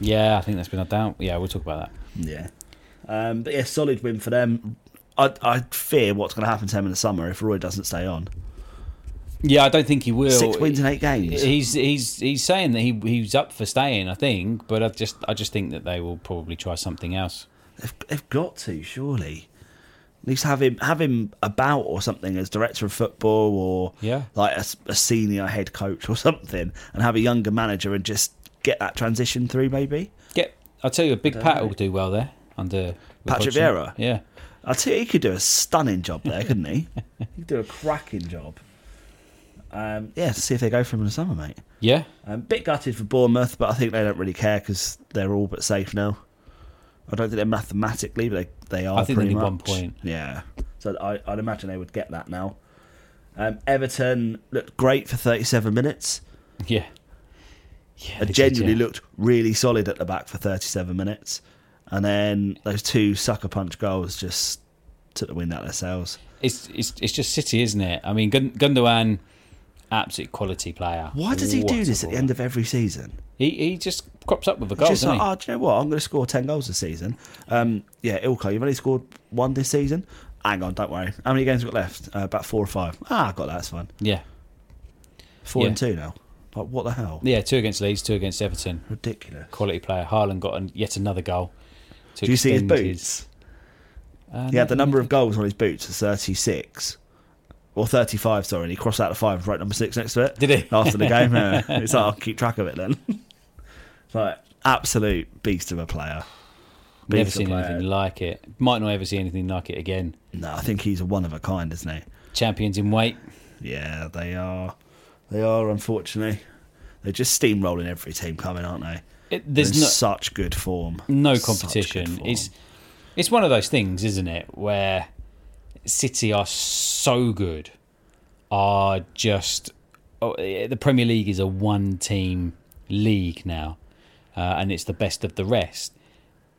Speaker 1: Yeah, I think that's been a doubt. Yeah, we'll talk about that.
Speaker 2: Yeah. Um, but yeah, solid win for them. I, I fear what's going to happen to him in the summer if Roy doesn't stay on.
Speaker 1: Yeah, I don't think he will.
Speaker 2: Six wins in eight games.
Speaker 1: He's he's he's saying that he he's up for staying, I think, but I just I just think that they will probably try something else.
Speaker 2: They've, they've got to surely. At least have him have him about or something as director of football or
Speaker 1: Yeah.
Speaker 2: like a, s- a senior head coach or something, and have a younger manager and just get that transition through. Maybe
Speaker 1: Yep, I'll tell you, a big
Speaker 2: Don't
Speaker 1: Pat
Speaker 2: know.
Speaker 1: will do well there under with
Speaker 2: Patrick
Speaker 1: Hodgson.
Speaker 2: Vieira?
Speaker 1: Yeah,
Speaker 2: I tell you, he could do a stunning job there, couldn't he? he could do a cracking job. Um, yeah, see if they go for him in the summer, mate.
Speaker 1: yeah,
Speaker 2: Um, bit gutted for Bournemouth, but I think they don't really care because they're all but safe now. I don't think they're mathematically, but they, they are.
Speaker 1: I think they
Speaker 2: pretty
Speaker 1: need
Speaker 2: much.
Speaker 1: one point.
Speaker 2: Yeah, so I, I'd imagine they would get that now. Um, Everton looked great for 37 minutes.
Speaker 1: yeah. Yeah, they
Speaker 2: and
Speaker 1: did,
Speaker 2: genuinely
Speaker 1: yeah.
Speaker 2: looked really solid at the back for 37 minutes, and then those two sucker punch goals just took the wind out of their sails.
Speaker 1: It's it's it's just City, isn't it? I mean, Gun- Gundogan, absolute quality player.
Speaker 2: Why does he
Speaker 1: What
Speaker 2: do
Speaker 1: a
Speaker 2: this at the
Speaker 1: baller.
Speaker 2: end of every season?
Speaker 1: He he just crops up with a
Speaker 2: It's
Speaker 1: goal,
Speaker 2: just
Speaker 1: doesn't
Speaker 2: like, oh, do you know what? I'm going to score 10 goals this season. Um, yeah, Ilko, you've only scored one this season. Hang on, don't worry. How many games have we got left? Uh, about four or five. Ah, I got that. That's fine.
Speaker 1: he? Yeah,
Speaker 2: Four and
Speaker 1: Yeah.
Speaker 2: two now. Like, what the hell?
Speaker 1: yeah. Two against Leeds, two against Everton.
Speaker 2: Ridiculous.
Speaker 1: Quality player. Haaland got an, yet another goal. to
Speaker 2: Do you see his
Speaker 1: extend
Speaker 2: boots?
Speaker 1: uh,
Speaker 2: He had the number of goals on his boots is 36. Or 35, sorry. And he crossed out the five and wrote number six next to it.
Speaker 1: Did he?
Speaker 2: After the game. yeah. It's like, I'll keep track of it then. It's like, absolute beast of a player.
Speaker 1: Never
Speaker 2: Beast of a
Speaker 1: seen
Speaker 2: player.
Speaker 1: anything like it. Might not ever see anything like it again.
Speaker 2: No, I think he's a one of a kind, isn't he?
Speaker 1: Champions in weight.
Speaker 2: Yeah, they are. They are, unfortunately. They're just steamrolling every team coming, aren't they?
Speaker 1: It,
Speaker 2: There's
Speaker 1: there's no,
Speaker 2: such good form.
Speaker 1: no
Speaker 2: Such good
Speaker 1: competition.
Speaker 2: form.
Speaker 1: It's it's one of those things, isn't it, where City are so good, are just oh, eh, the Premier League is a one team league now, uh, and it's the best of the rest.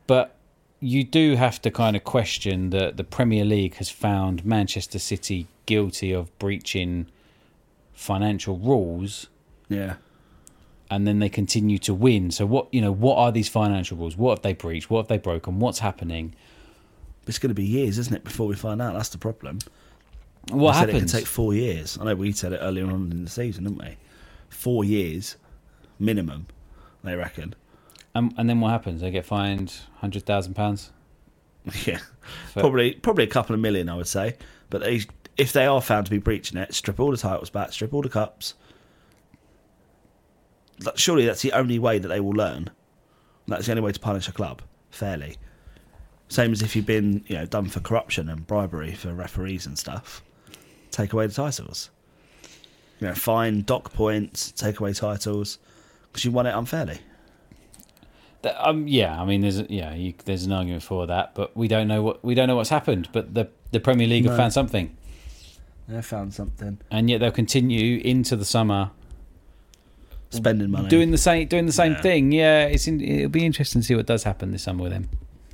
Speaker 1: But you do have to kind of question that the Premier League has found Manchester City guilty of breaching financial rules
Speaker 2: yeah,
Speaker 1: and then they continue to win. So what you know, what are these financial rules? What have they breached? What have they broken? What's happening?
Speaker 2: it's going to be years, isn't it, before we find out? That's the problem.
Speaker 1: What
Speaker 2: They said
Speaker 1: happens?
Speaker 2: It could take four years. I know we said it earlier on in the season, didn't we? Four years minimum, they reckon.
Speaker 1: Um, and then what happens? They get fined hundred thousand pounds.
Speaker 2: Yeah, probably probably a couple of million, I would say. But they, if they are found to be breaching it, strip all the titles back, strip all the cups. That- Surely that's the only way that they will learn. That's the only way to punish a club fairly. Same as if you've been, you know, done for corruption and bribery for referees and stuff. Take away the titles. You know, fine dock points, take away titles because you won it unfairly.
Speaker 1: Th- Um, yeah, I mean, there's yeah, you, there's an argument for that, but we don't know what we don't know what's happened. But the the Premier League have
Speaker 2: No.
Speaker 1: found something,
Speaker 2: They found something.
Speaker 1: and yet they'll continue into the summer
Speaker 2: Spending money.
Speaker 1: doing the same doing the same
Speaker 2: Yeah.
Speaker 1: thing. Yeah, it's in, it'll be interesting to see what does happen this summer with them.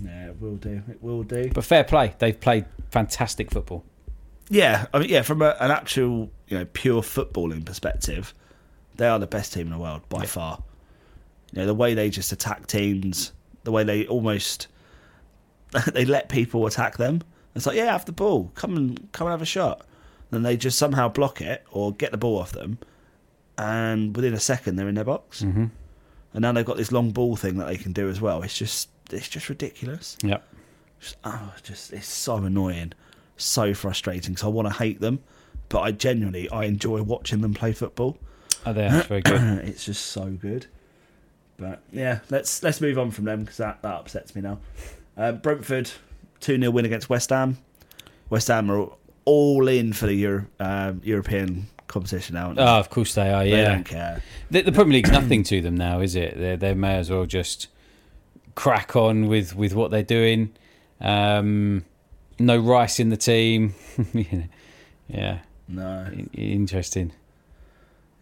Speaker 2: yeah, it will do. It will do.
Speaker 1: But fair play, they've played fantastic football.
Speaker 2: Yeah, I mean, yeah, from a, an actual, you know, pure footballing perspective, they are the best team in the world by far. You know, the way they just attack teams, the way they almost they let people attack them. It's like, yeah, have the ball, come and come and have a shot. then they just somehow block it or get the ball off them, and within a second they're in their box.
Speaker 1: Mhm.
Speaker 2: And now they've got this long ball thing that they can do as well. It's just it's just ridiculous.
Speaker 1: Yep.
Speaker 2: Just, oh, it's just it's so annoying, so frustrating. So I want to hate them, but I genuinely I enjoy watching them play football.
Speaker 1: Oh, they are very good.
Speaker 2: it's just so good. But yeah, let's let's move on from them because that, that upsets me now. Uh, Brentford two 0 win against West Ham. West Ham are all in for the Euro, um, European competition now. aren't they?
Speaker 1: Oh, of course they are. Yeah,
Speaker 2: They don't care.
Speaker 1: The, the Premier League's nothing to them now, is it? They, they may as well just crack on with, with what they're doing. Um, no Rice in the team. yeah.
Speaker 2: No.
Speaker 1: interesting.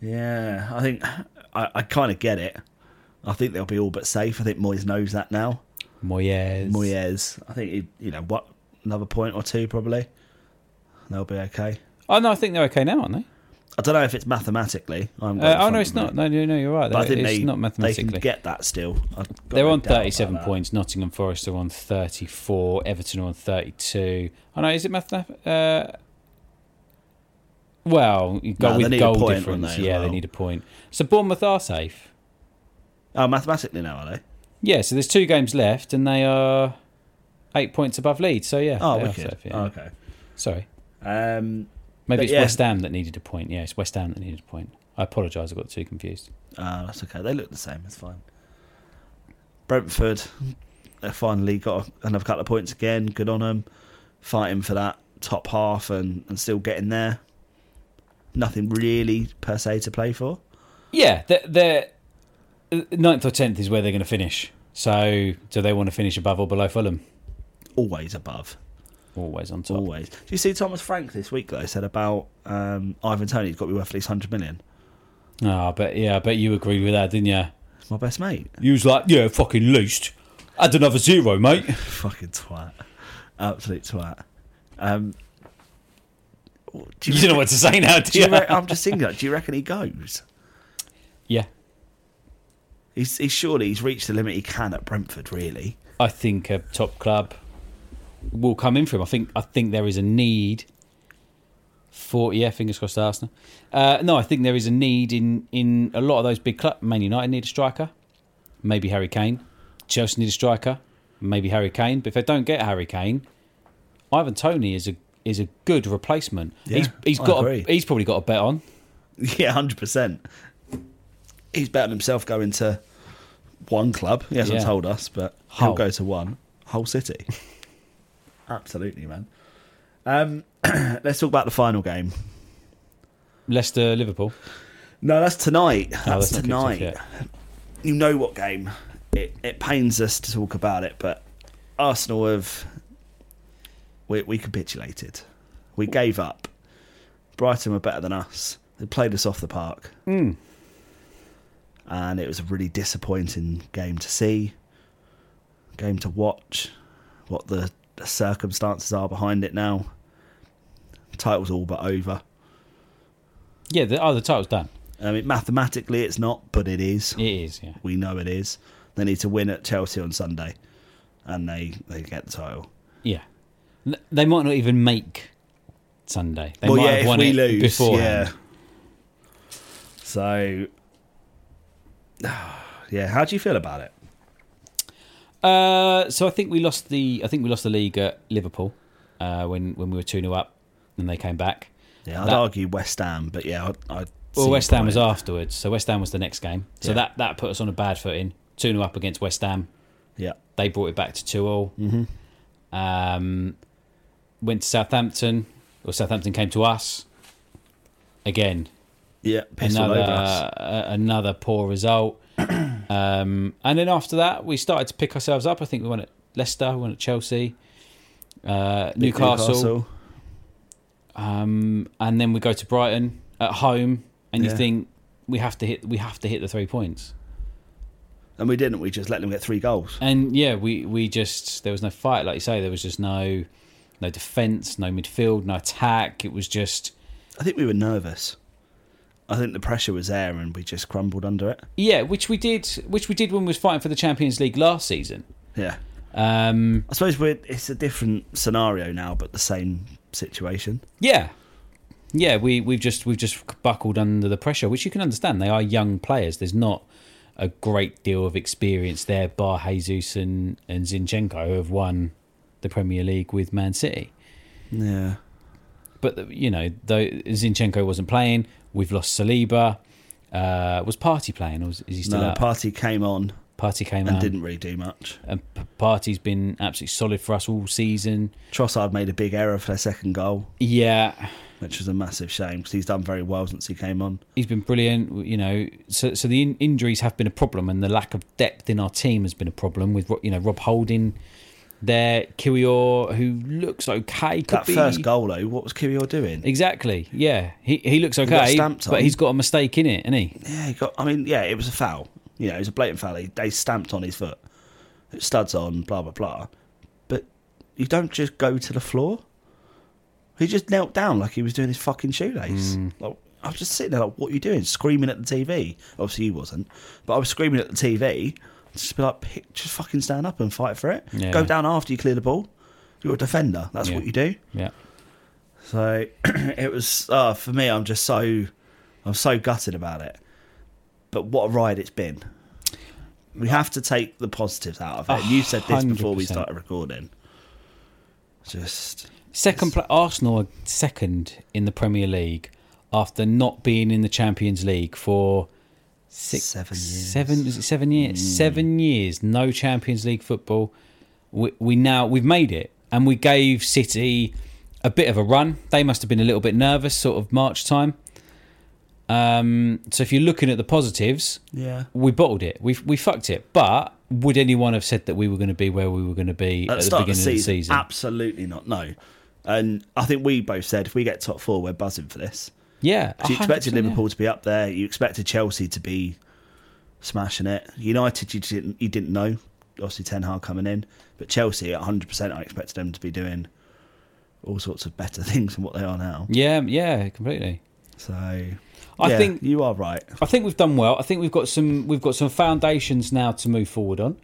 Speaker 2: Yeah, I think I, I kind of get it. I think they'll be all but safe. I think Moyes knows that now.
Speaker 1: Moyes.
Speaker 2: Moyes. I think he, you know what, another point or two probably. They'll be okay.
Speaker 1: Oh no, I think they're okay now, aren't they?
Speaker 2: I don't know if it's mathematically. I'm
Speaker 1: Uh, oh no, it's not. No, no, no. You're right.
Speaker 2: But I
Speaker 1: They're-
Speaker 2: think
Speaker 1: it's
Speaker 2: they,
Speaker 1: not
Speaker 2: They
Speaker 1: mathematically.
Speaker 2: can get that still. I've got
Speaker 1: They're
Speaker 2: no
Speaker 1: on
Speaker 2: doubt about
Speaker 1: 37
Speaker 2: that.
Speaker 1: points. Nottingham Forest are on 34. Everton are on 32. I know. Is it math? Uh, well, you go
Speaker 2: No, they
Speaker 1: with
Speaker 2: need a
Speaker 1: goal
Speaker 2: point, wouldn't
Speaker 1: difference.
Speaker 2: they, as
Speaker 1: yeah, they
Speaker 2: well?
Speaker 1: need a point. So Bournemouth are safe.
Speaker 2: Oh, mathematically now, are they?
Speaker 1: Yeah. So there's two games left, and they are eight points above Leeds. So yeah.
Speaker 2: Oh,
Speaker 1: they are
Speaker 2: wicked.
Speaker 1: safe, yeah.
Speaker 2: Oh, okay.
Speaker 1: Sorry.
Speaker 2: Um,
Speaker 1: Maybe
Speaker 2: but
Speaker 1: it's
Speaker 2: yeah.
Speaker 1: West Ham that needed a point. Yeah, it's West Ham that needed a point. I apologise. I got too confused.
Speaker 2: Ah, that's okay. They look the same. It's fine. Brentford, they finally got another couple of points again. Good on them. Fighting for that top half and, and still getting there. Nothing really per se to play for.
Speaker 1: Yeah, they're, they're ninth or tenth is where they're going to finish. So, do they want to finish above or below Fulham?
Speaker 2: Always above.
Speaker 1: Always on top.
Speaker 2: Always. Do you see Thomas Frank this week though said about um, Ivan Tony's got to be worth at least hundred million.
Speaker 1: Ah, but yeah, I bet you agreed with that, didn't you?
Speaker 2: It's my best mate.
Speaker 1: You was like, yeah, fucking least. Add another zero, mate.
Speaker 2: Fucking twat. Absolute twat. Um, do
Speaker 1: You don't know what to say now, do
Speaker 2: you
Speaker 1: you?
Speaker 2: re- I'm just thinking. like, Do you reckon he goes?
Speaker 1: Yeah,
Speaker 2: He's, he's surely he's reached the limit he can at Brentford. Really,
Speaker 1: I think a top club will come in for him. I think I think there is a need for yeah, fingers crossed, Arsenal. Uh, no, I think there is a need in in a lot of those big clubs. Man United need a striker, maybe Harry Kane. Chelsea need a striker, maybe Harry Kane. But if they don't get Harry Kane, Ivan Tony is a is a good replacement.
Speaker 2: Yeah,
Speaker 1: he's he's
Speaker 2: I
Speaker 1: got a,
Speaker 2: agree.
Speaker 1: he's probably got a bet on.
Speaker 2: yeah, hundred percent. He's better than himself going to one club. He hasn't
Speaker 1: Yeah.
Speaker 2: told us, but
Speaker 1: Hull.
Speaker 2: he'll go to one. Whole city. Absolutely, man. Um, let's talk about the final game.
Speaker 1: Leicester Liverpool.
Speaker 2: No, that's tonight.
Speaker 1: No,
Speaker 2: that's,
Speaker 1: not kicked off
Speaker 2: tonight.
Speaker 1: yet.
Speaker 2: you know what game. It, it pains us to talk about it, but Arsenal have we, we capitulated. We gave up. Brighton were better than us. They played us off the park,
Speaker 1: Mm.
Speaker 2: and it was a really disappointing game to see, game to watch. What the, the circumstances are behind it now. Title's all but over.
Speaker 1: Yeah, the, oh, the title's done.
Speaker 2: I mean, mathematically, it's not, but it is.
Speaker 1: It is. Yeah.
Speaker 2: We know it is. They need to win at Chelsea on Sunday, and they they get the title.
Speaker 1: Yeah, N- they might not even make Sunday. They
Speaker 2: well,
Speaker 1: might
Speaker 2: yeah,
Speaker 1: have
Speaker 2: if
Speaker 1: won
Speaker 2: we
Speaker 1: it
Speaker 2: lose,
Speaker 1: beforehand.
Speaker 2: yeah. So, yeah, how do you feel about it?
Speaker 1: Uh, so I think we lost the I think we lost the league at Liverpool uh, when when we were two 0 up and they came back.
Speaker 2: Yeah, I'd
Speaker 1: That-
Speaker 2: argue West Ham, but yeah, I'd, I'd
Speaker 1: Well,
Speaker 2: see
Speaker 1: West
Speaker 2: your
Speaker 1: Ham was
Speaker 2: point.
Speaker 1: afterwards, so West Ham was the next game. So
Speaker 2: Yeah.
Speaker 1: that that put us on a bad footing. Two 0 up against West Ham.
Speaker 2: Yeah,
Speaker 1: They brought it back to two 0
Speaker 2: Mm-hmm.
Speaker 1: Um, went to Southampton, or Southampton came to us. Again,
Speaker 2: yeah, piss all
Speaker 1: another
Speaker 2: over us.
Speaker 1: a- another poor result. um, and then after that, we started to pick ourselves up. I think we won at Leicester, we won at Chelsea, uh,
Speaker 2: Big
Speaker 1: Newcastle, Um, and then we go to Brighton at home. And you
Speaker 2: Yeah.
Speaker 1: think we have to hit we have to hit the three points.
Speaker 2: and we didn't. We just let them get three goals.
Speaker 1: And yeah, we we just there was no fight, like you say. There was just no no defense, no midfield, no attack. It was just
Speaker 2: I think we were nervous. I think the pressure was there, and we just crumbled under it.
Speaker 1: yeah, which we did, which we did when we was fighting for the Champions League last season.
Speaker 2: Yeah.
Speaker 1: Um,
Speaker 2: I suppose we're, it's a different scenario now, but the same situation.
Speaker 1: Yeah. yeah, we we've just we've just buckled under the pressure, which you can understand. They are young players. There's not a great deal of experience there, bar Jesus and and Zinchenko, who have won the Premier League with Man City.
Speaker 2: Yeah,
Speaker 1: but you know, though Zinchenko wasn't playing, we've lost Saliba. Uh, was Party playing, or was, is he still
Speaker 2: no,
Speaker 1: out?
Speaker 2: Party came on.
Speaker 1: Party came
Speaker 2: and
Speaker 1: on.
Speaker 2: didn't really do much.
Speaker 1: And P- Party's been absolutely solid for us all season.
Speaker 2: Trossard made a big error for their second goal.
Speaker 1: Yeah,
Speaker 2: which was a massive shame because he's done very well since he came on.
Speaker 1: He's been brilliant, you know. So, so the in- injuries have been a problem, and the lack of depth in our team has been a problem. With you know Rob Holding there, Kiwior, who looks okay. Could
Speaker 2: That
Speaker 1: be-
Speaker 2: first goal though, what was Kiwior doing?
Speaker 1: exactly. Yeah, he he looks
Speaker 2: got
Speaker 1: okay,
Speaker 2: stamped
Speaker 1: but
Speaker 2: on.
Speaker 1: he's got a mistake in it, isn't he?
Speaker 2: Yeah, he got. I mean, yeah, it was a foul. You know, it was a blatant foul. He, they stamped on his foot. It studs on, blah blah blah. But you don't just go to the floor. He just knelt down like he was doing his fucking shoelace.
Speaker 1: Hmm.
Speaker 2: Like, I was just sitting there like, "What are you doing?" Screaming at the TV. Obviously, he wasn't, but I was screaming at the TV. Just be like, "Pick- just fucking stand up and fight for it.
Speaker 1: Yeah.
Speaker 2: Go down after you clear the ball. You're a defender. That's
Speaker 1: Yeah.
Speaker 2: what you do.
Speaker 1: Yeah.
Speaker 2: So it was uh, for me. I'm just so I'm so gutted about it. But what a ride it's been. We have to take the positives out of it. And you said this before we
Speaker 1: 100%.
Speaker 2: started recording. Just
Speaker 1: Second, pla Arsenal are second in the Premier League after not being in the Champions League for six,
Speaker 2: Seven years. Hmm.
Speaker 1: seven, is it seven years? Seven years, no Champions League football. We, we now we've made it, and we gave City a bit of a run. They must have been a little bit nervous, sort of March time. Um, so if you're looking at the positives,
Speaker 2: Yeah.
Speaker 1: we bottled it. We we fucked it. But would anyone have said that we were going to be where we were going to be
Speaker 2: at the start of the
Speaker 1: beginning
Speaker 2: season,
Speaker 1: of the season?
Speaker 2: absolutely not. No. And I think we both said if we get top four, we're buzzing for this.
Speaker 1: yeah,
Speaker 2: 'Cause you
Speaker 1: 100%,
Speaker 2: expected
Speaker 1: yeah.
Speaker 2: Liverpool to be up there. You expected Chelsea to be smashing it. United, you didn't, you didn't know. Obviously, Ten Hag coming in, but Chelsea, at 100%, I expected them to be doing all sorts of better things than what they are now.
Speaker 1: Yeah, yeah, completely.
Speaker 2: So,
Speaker 1: I
Speaker 2: yeah,
Speaker 1: think-
Speaker 2: you are right.
Speaker 1: I think we've done well. I think we've got some we've got some foundations now to move forward on.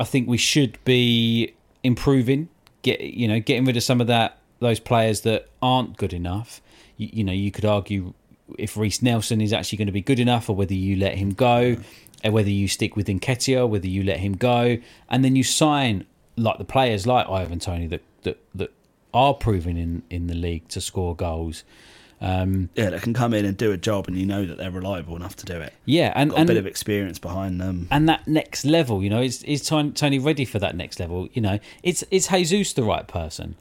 Speaker 1: I think we should be improving, get you know, getting rid of some of that those players that aren't good enough. You, you know, you could argue if Reese Nelson is actually going to be good enough, or whether you let him go, and whether you stick with Nketiah, whether you let him go, and then you sign like the players like Ivan Tony that that that are proven in in the league to score goals. Um,
Speaker 2: Yeah, they can come in and do a job, and you know that they're reliable enough to do it.
Speaker 1: yeah, and
Speaker 2: Got
Speaker 1: and
Speaker 2: a bit of experience behind them.
Speaker 1: and that next level. You know, is is Tony, Tony ready for that next level? You know, it's is Jesus the right person?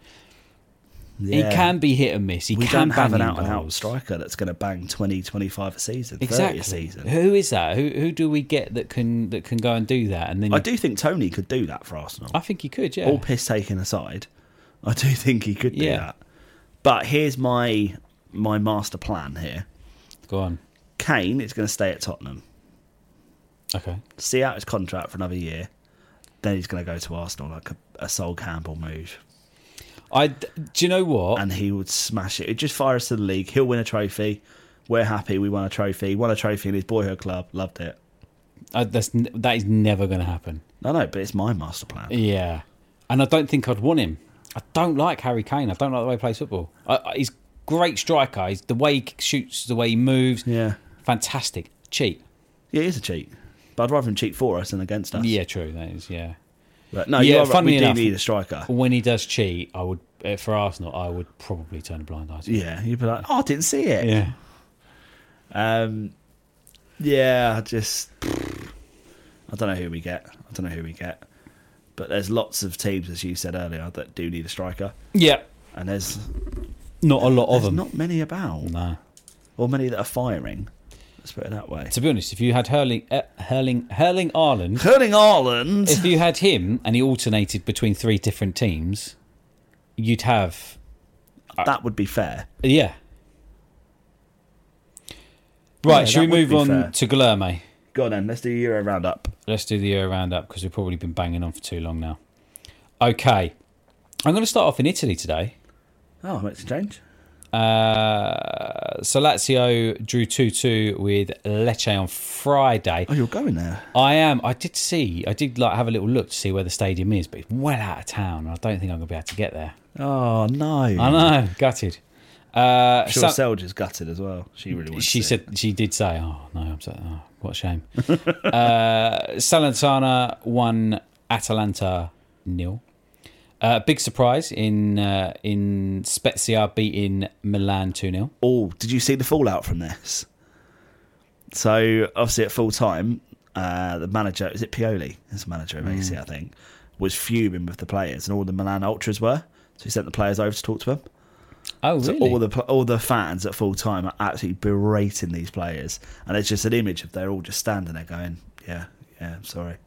Speaker 2: Yeah.
Speaker 1: He can be hit and miss. He
Speaker 2: we
Speaker 1: can
Speaker 2: don't have
Speaker 1: bang
Speaker 2: an
Speaker 1: in
Speaker 2: out and out
Speaker 1: goals.
Speaker 2: striker that's going to bang 20, 25 a season, 30
Speaker 1: Exactly.
Speaker 2: a season.
Speaker 1: Who is that? Who who do we get that can that can go and do that? And then
Speaker 2: I do think Tony could do that for Arsenal.
Speaker 1: I think he could. Yeah.
Speaker 2: all piss taken aside, I do think he could do
Speaker 1: Yeah.
Speaker 2: that. But here's my my master plan here.
Speaker 1: go on.
Speaker 2: Kane is going to stay at Tottenham,
Speaker 1: Okay.
Speaker 2: see out his contract for another year, then he's going to go to Arsenal like a, a Sol Campbell move,
Speaker 1: I do you know what?
Speaker 2: and he would smash it. It just fire us to the league. He'll win a trophy. We're happy. We won a trophy. Won a trophy in his boyhood club. Loved it.
Speaker 1: I, that's n- that is never going to happen.
Speaker 2: No, no, but it's my master plan.
Speaker 1: Yeah, and I don't think I'd want him. I don't like Harry Kane. I don't like the way he plays football. I, I, he's great striker. He's the way he shoots, the way he moves.
Speaker 2: Yeah,
Speaker 1: Fantastic. Cheap.
Speaker 2: yeah, he is a cheat. But I'd rather him cheat for us than against us.
Speaker 1: Yeah, true. That is yeah.
Speaker 2: But no,
Speaker 1: Yeah,
Speaker 2: you are right.
Speaker 1: funnily
Speaker 2: We do
Speaker 1: enough-
Speaker 2: need a striker.
Speaker 1: When he does cheat, I would eh, for Arsenal. I would probably turn a blind eye. To it.
Speaker 2: Yeah, you'd be like, oh, I didn't see it.
Speaker 1: yeah.
Speaker 2: Um, yeah, I just I don't know who we get. I don't know who we get. But there's lots of teams, as you said earlier, that do need a striker,
Speaker 1: Yeah.
Speaker 2: and there's
Speaker 1: Not a lot of
Speaker 2: there's
Speaker 1: them.
Speaker 2: not many about,
Speaker 1: Nah.
Speaker 2: or many that are firing. Let's put it that way.
Speaker 1: To be honest, if you had hurling, uh, hurling, hurling Ireland,
Speaker 2: Hurling Ireland.
Speaker 1: if you had him and he alternated between three different teams, you'd have
Speaker 2: that would be fair.
Speaker 1: yeah. Right,
Speaker 2: Yeah,
Speaker 1: should we
Speaker 2: that would
Speaker 1: move
Speaker 2: be
Speaker 1: on
Speaker 2: fair.
Speaker 1: to Guillermo?
Speaker 2: Go on then. Let's do Euro roundup.
Speaker 1: Let's do the Euro roundup because we've probably been banging on for too long now. Okay, I'm going to start off in Italy today.
Speaker 2: Oh, let's change.
Speaker 1: Uh, so Lazio drew 2 2 with Lecce on Friday.
Speaker 2: Oh, you're going there.
Speaker 1: I am. I did see. I did like have a little look to see where the stadium is, but it's well out of town, and I don't think I'm gonna be able to get there.
Speaker 2: Oh no.
Speaker 1: I know, gutted. Uh,
Speaker 2: I'm sure
Speaker 1: so-
Speaker 2: Selja's gutted as well. She really wants
Speaker 1: she
Speaker 2: to.
Speaker 1: said she did say, "Oh no, I'm sorry. Oh, what a shame." uh, Salernitana won Atalanta nil. Uh, big surprise in uh, in Spezia beating Milan two 0
Speaker 2: Oh, did you see the fallout from this? So obviously at full time, uh, the manager is it Pioli? It's the manager of AC,
Speaker 9: Mm.
Speaker 2: I think, was fuming with the players, and all the Milan ultras were. So he sent the players over to talk to them.
Speaker 1: Oh,
Speaker 2: so
Speaker 1: really?
Speaker 2: All the pl- all the fans at full time are absolutely berating these players, and it's just an image of they're all just standing there going, "Yeah, yeah, I'm sorry."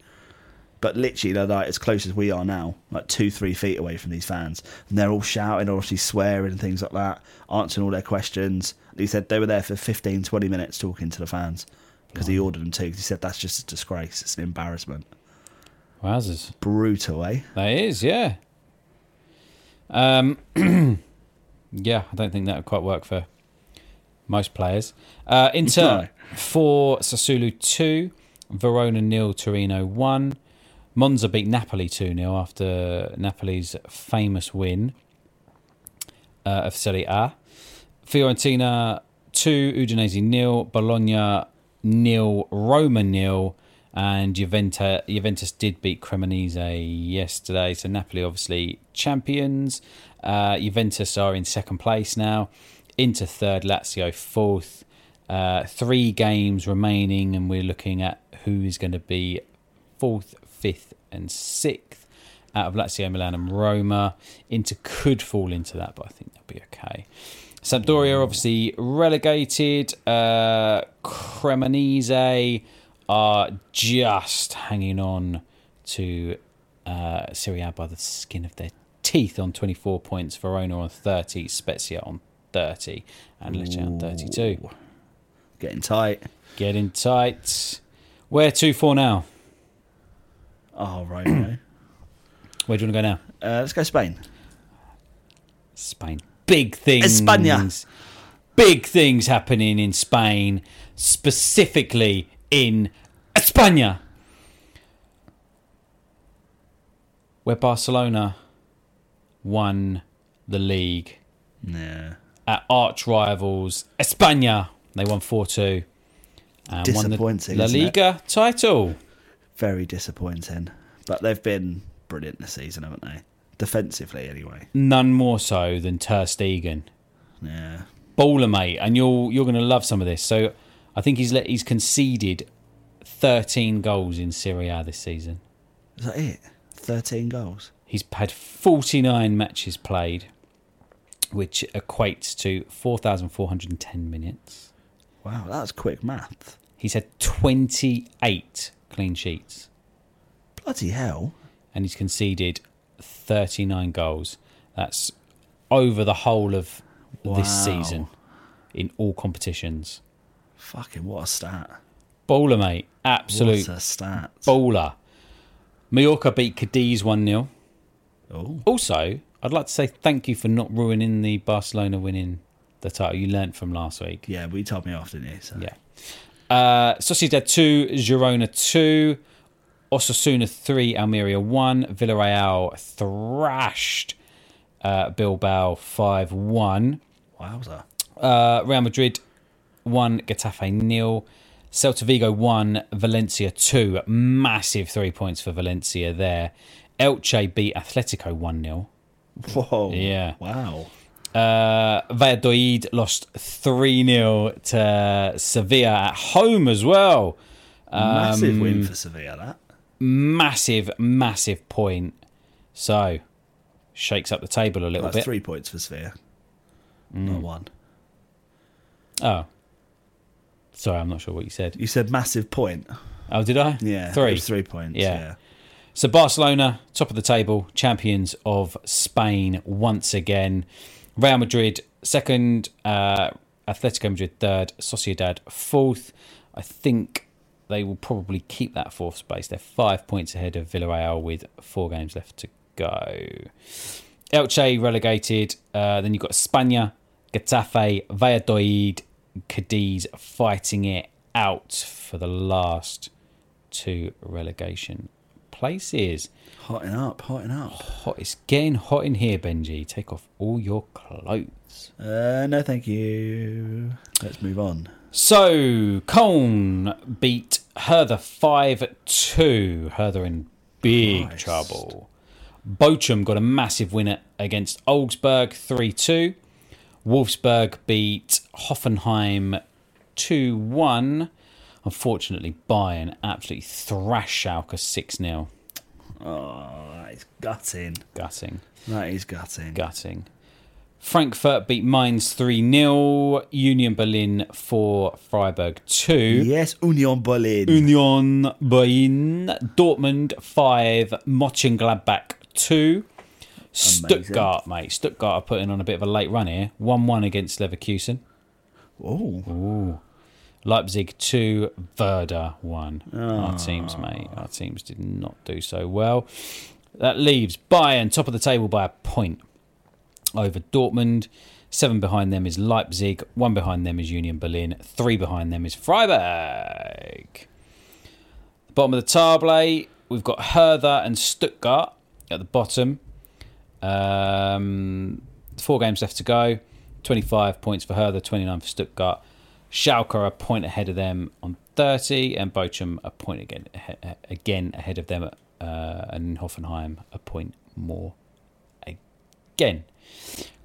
Speaker 2: But literally, they're like as close as we are now, like two, three feet away from these fans, and they're all shouting, obviously swearing and things like that, answering all their questions. And he said they were there for 15, 20 minutes talking to the fans because he ordered them to. 'cause he said that's just a disgrace, it's an embarrassment.
Speaker 1: Wowzers!
Speaker 2: Brutal, eh?
Speaker 1: That is, yeah. Um, yeah, I don't think that would quite work for most players. Uh, Inter for Sassuolo two, Verona nil, Torino one. Monza beat Napoli two 0 after Napoli's famous win uh, of Serie A. Fiorentina two, Udinese nil, Bologna nil, Roma nil, and Juventus. Juventus did beat Cremonese yesterday, so Napoli obviously champions. Uh, Juventus are in second place now, into third, Lazio fourth. Uh, three games remaining, and we're looking at who is going to be fourth, fifth, and sixth out of Lazio, Milan, and Roma. Inter could fall into that, but I think they'll be okay. Sampdoria obviously relegated. Uh, Cremonese are just hanging on to uh, Serie A by the skin of their teeth on 24 points. Verona on 30, Spezia on 30, and Lecce on 32.
Speaker 2: Getting tight.
Speaker 1: Getting tight. Where to for now?
Speaker 2: Oh, right. no.
Speaker 1: Where do you want to go now?
Speaker 2: Uh, let's go Spain.
Speaker 1: Spain. Big things.
Speaker 2: España.
Speaker 1: Big things happening in Spain, specifically in España, where Barcelona won the league.
Speaker 2: Yeah.
Speaker 1: At arch rivals España, they won 4 2. And
Speaker 2: disappointing.
Speaker 1: Won the La
Speaker 2: isn't it?
Speaker 1: Liga title.
Speaker 2: Very disappointing. But they've been brilliant this season, haven't they? Defensively, anyway.
Speaker 1: none more so than Ter Stegen.
Speaker 2: Yeah.
Speaker 1: Baller mate, and you're you're going to love some of this. So I think he's let he's conceded 13 goals in Serie A this season.
Speaker 2: Is that it? 13 goals.
Speaker 1: He's had 49 matches played, which equates to 4,410 minutes.
Speaker 2: Wow, that's quick math.
Speaker 1: He's had 28 clean sheets.
Speaker 2: Bloody hell.
Speaker 1: And he's conceded 39 goals. That's over the whole of
Speaker 2: Wow.
Speaker 1: this season in all competitions.
Speaker 2: Fucking what a stat.
Speaker 1: Baller, mate. Absolute
Speaker 2: What a stat.
Speaker 1: baller. Mallorca beat Cadiz 1 0.
Speaker 2: Oh.
Speaker 1: Also, I'd like to say thank you for not ruining the Barcelona winning the title. You learnt from last week.
Speaker 2: Yeah, we told me off, didn't you? So.
Speaker 1: Yeah. Uh, Sociedad 2, Girona 2, Osasuna 3, Almeria 1, Villarreal thrashed uh, Bilbao 5 1.
Speaker 2: Wowza.
Speaker 1: Uh, Real Madrid 1, Getafe 0. Celta Vigo 1, Valencia 2. Massive three points for Valencia there. Elche beat Atletico 1 0.
Speaker 2: Whoa.
Speaker 1: Yeah.
Speaker 2: Wow.
Speaker 1: Uh, Valladolid lost 3 0 to Sevilla at home as well.
Speaker 2: Massive
Speaker 1: Um,
Speaker 2: win for Sevilla, that.
Speaker 1: Massive, massive point. So, shakes up the table a little
Speaker 2: That's
Speaker 1: bit.
Speaker 2: three points for Sevilla,
Speaker 1: Mm.
Speaker 2: not one.
Speaker 1: Oh. Sorry, I'm not sure what you said.
Speaker 2: You said massive point.
Speaker 1: Oh, did I?
Speaker 2: Yeah,
Speaker 1: Three.
Speaker 2: it was three points, yeah.
Speaker 1: So Barcelona, top of the table, champions of Spain once again. Real Madrid, second. Uh, Atletico Madrid, third. Sociedad, fourth. I think they will probably keep that fourth space. They're five points ahead of Villarreal with four games left to go. Elche relegated. Uh, then you've got Spania, Getafe, Valladolid, Cadiz fighting it out for the last two relegation places.
Speaker 2: Hotting up, hotting up.
Speaker 1: Hot, it's getting hot in here, Benji. Take off all your clothes.
Speaker 2: Uh, no, thank you. Let's move on.
Speaker 1: So, Cone beat Hertha 5 2. Hertha in big trouble. Bochum got a massive winner against Augsburg 3 2. Wolfsburg beat Hoffenheim 2 1. Unfortunately, Bayern absolutely thrashed Schalke 6 0.
Speaker 2: Oh, that is gutting.
Speaker 1: Gutting.
Speaker 2: That is gutting.
Speaker 1: Gutting. Frankfurt beat Mainz 3 0. Union Berlin 4, Freiburg 2.
Speaker 2: Yes, Union Berlin.
Speaker 1: Union Berlin. Dortmund 5, Mönchengladbach 2. Stuttgart, mate. Stuttgart are putting on a bit of a late run here. 1 1 against Leverkusen.
Speaker 2: Oh.
Speaker 1: Ooh. Leipzig 2, Werder 1.
Speaker 2: Ah.
Speaker 1: Our teams, mate, our teams did not do so well. That leaves Bayern top of the table by a point over Dortmund. Seven behind them is Leipzig. One behind them is Union Berlin. Three behind them is Freiburg. Bottom of the table, we've got Hertha and Stuttgart at the bottom. Um, four games left to go. 25 points for Hertha, 29 for Stuttgart. Schalke are a point ahead of them on 30, and Bochum a point again, ahe- again ahead of them, uh, and Hoffenheim a point more again.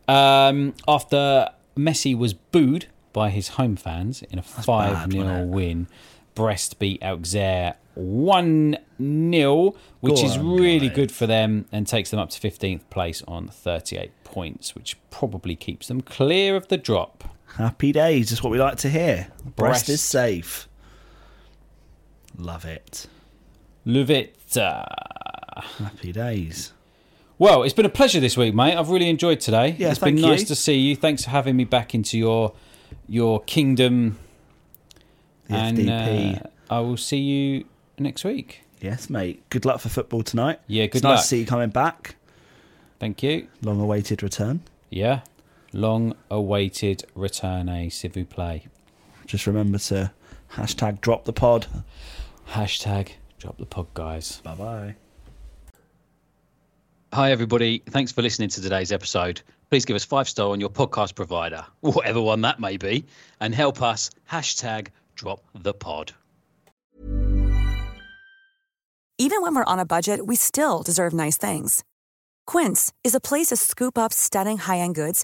Speaker 1: Um, after Messi was booed by his home fans in a 5 0 win, Brest beat Auxerre 1 0, which
Speaker 2: Go
Speaker 1: is
Speaker 2: on,
Speaker 1: really good for them and takes them up to 15th place on 38 points, which probably keeps them clear of the drop.
Speaker 2: Happy days. That's what we like to hear. Breast,
Speaker 1: Breast.
Speaker 2: is safe. Love it.
Speaker 1: Luvita.
Speaker 2: Happy days.
Speaker 1: Well, it's been a pleasure this week, mate. I've really enjoyed today.
Speaker 2: Yeah,
Speaker 1: it's been
Speaker 2: thank you.
Speaker 1: nice to see you. Thanks for having me back into your your kingdom.
Speaker 2: The
Speaker 1: and
Speaker 2: FDP.
Speaker 1: uh, I will see you next week.
Speaker 2: Yes, mate. Good luck for football tonight.
Speaker 1: Yeah, good
Speaker 2: it's nice
Speaker 1: luck.
Speaker 2: to see you coming back.
Speaker 1: Thank you.
Speaker 2: Long awaited return.
Speaker 1: Yeah. Long awaited return a Civu play.
Speaker 2: Just remember to hashtag drop the pod.
Speaker 1: Hashtag drop the pod, guys.
Speaker 2: Bye bye.
Speaker 8: Hi, everybody. Thanks for listening to today's episode. Please give us five star on your podcast provider, whatever one that may be, and help us hashtag drop the pod.
Speaker 9: Even when we're on a budget, we still deserve nice things. Quince is a place to scoop up stunning high-end goods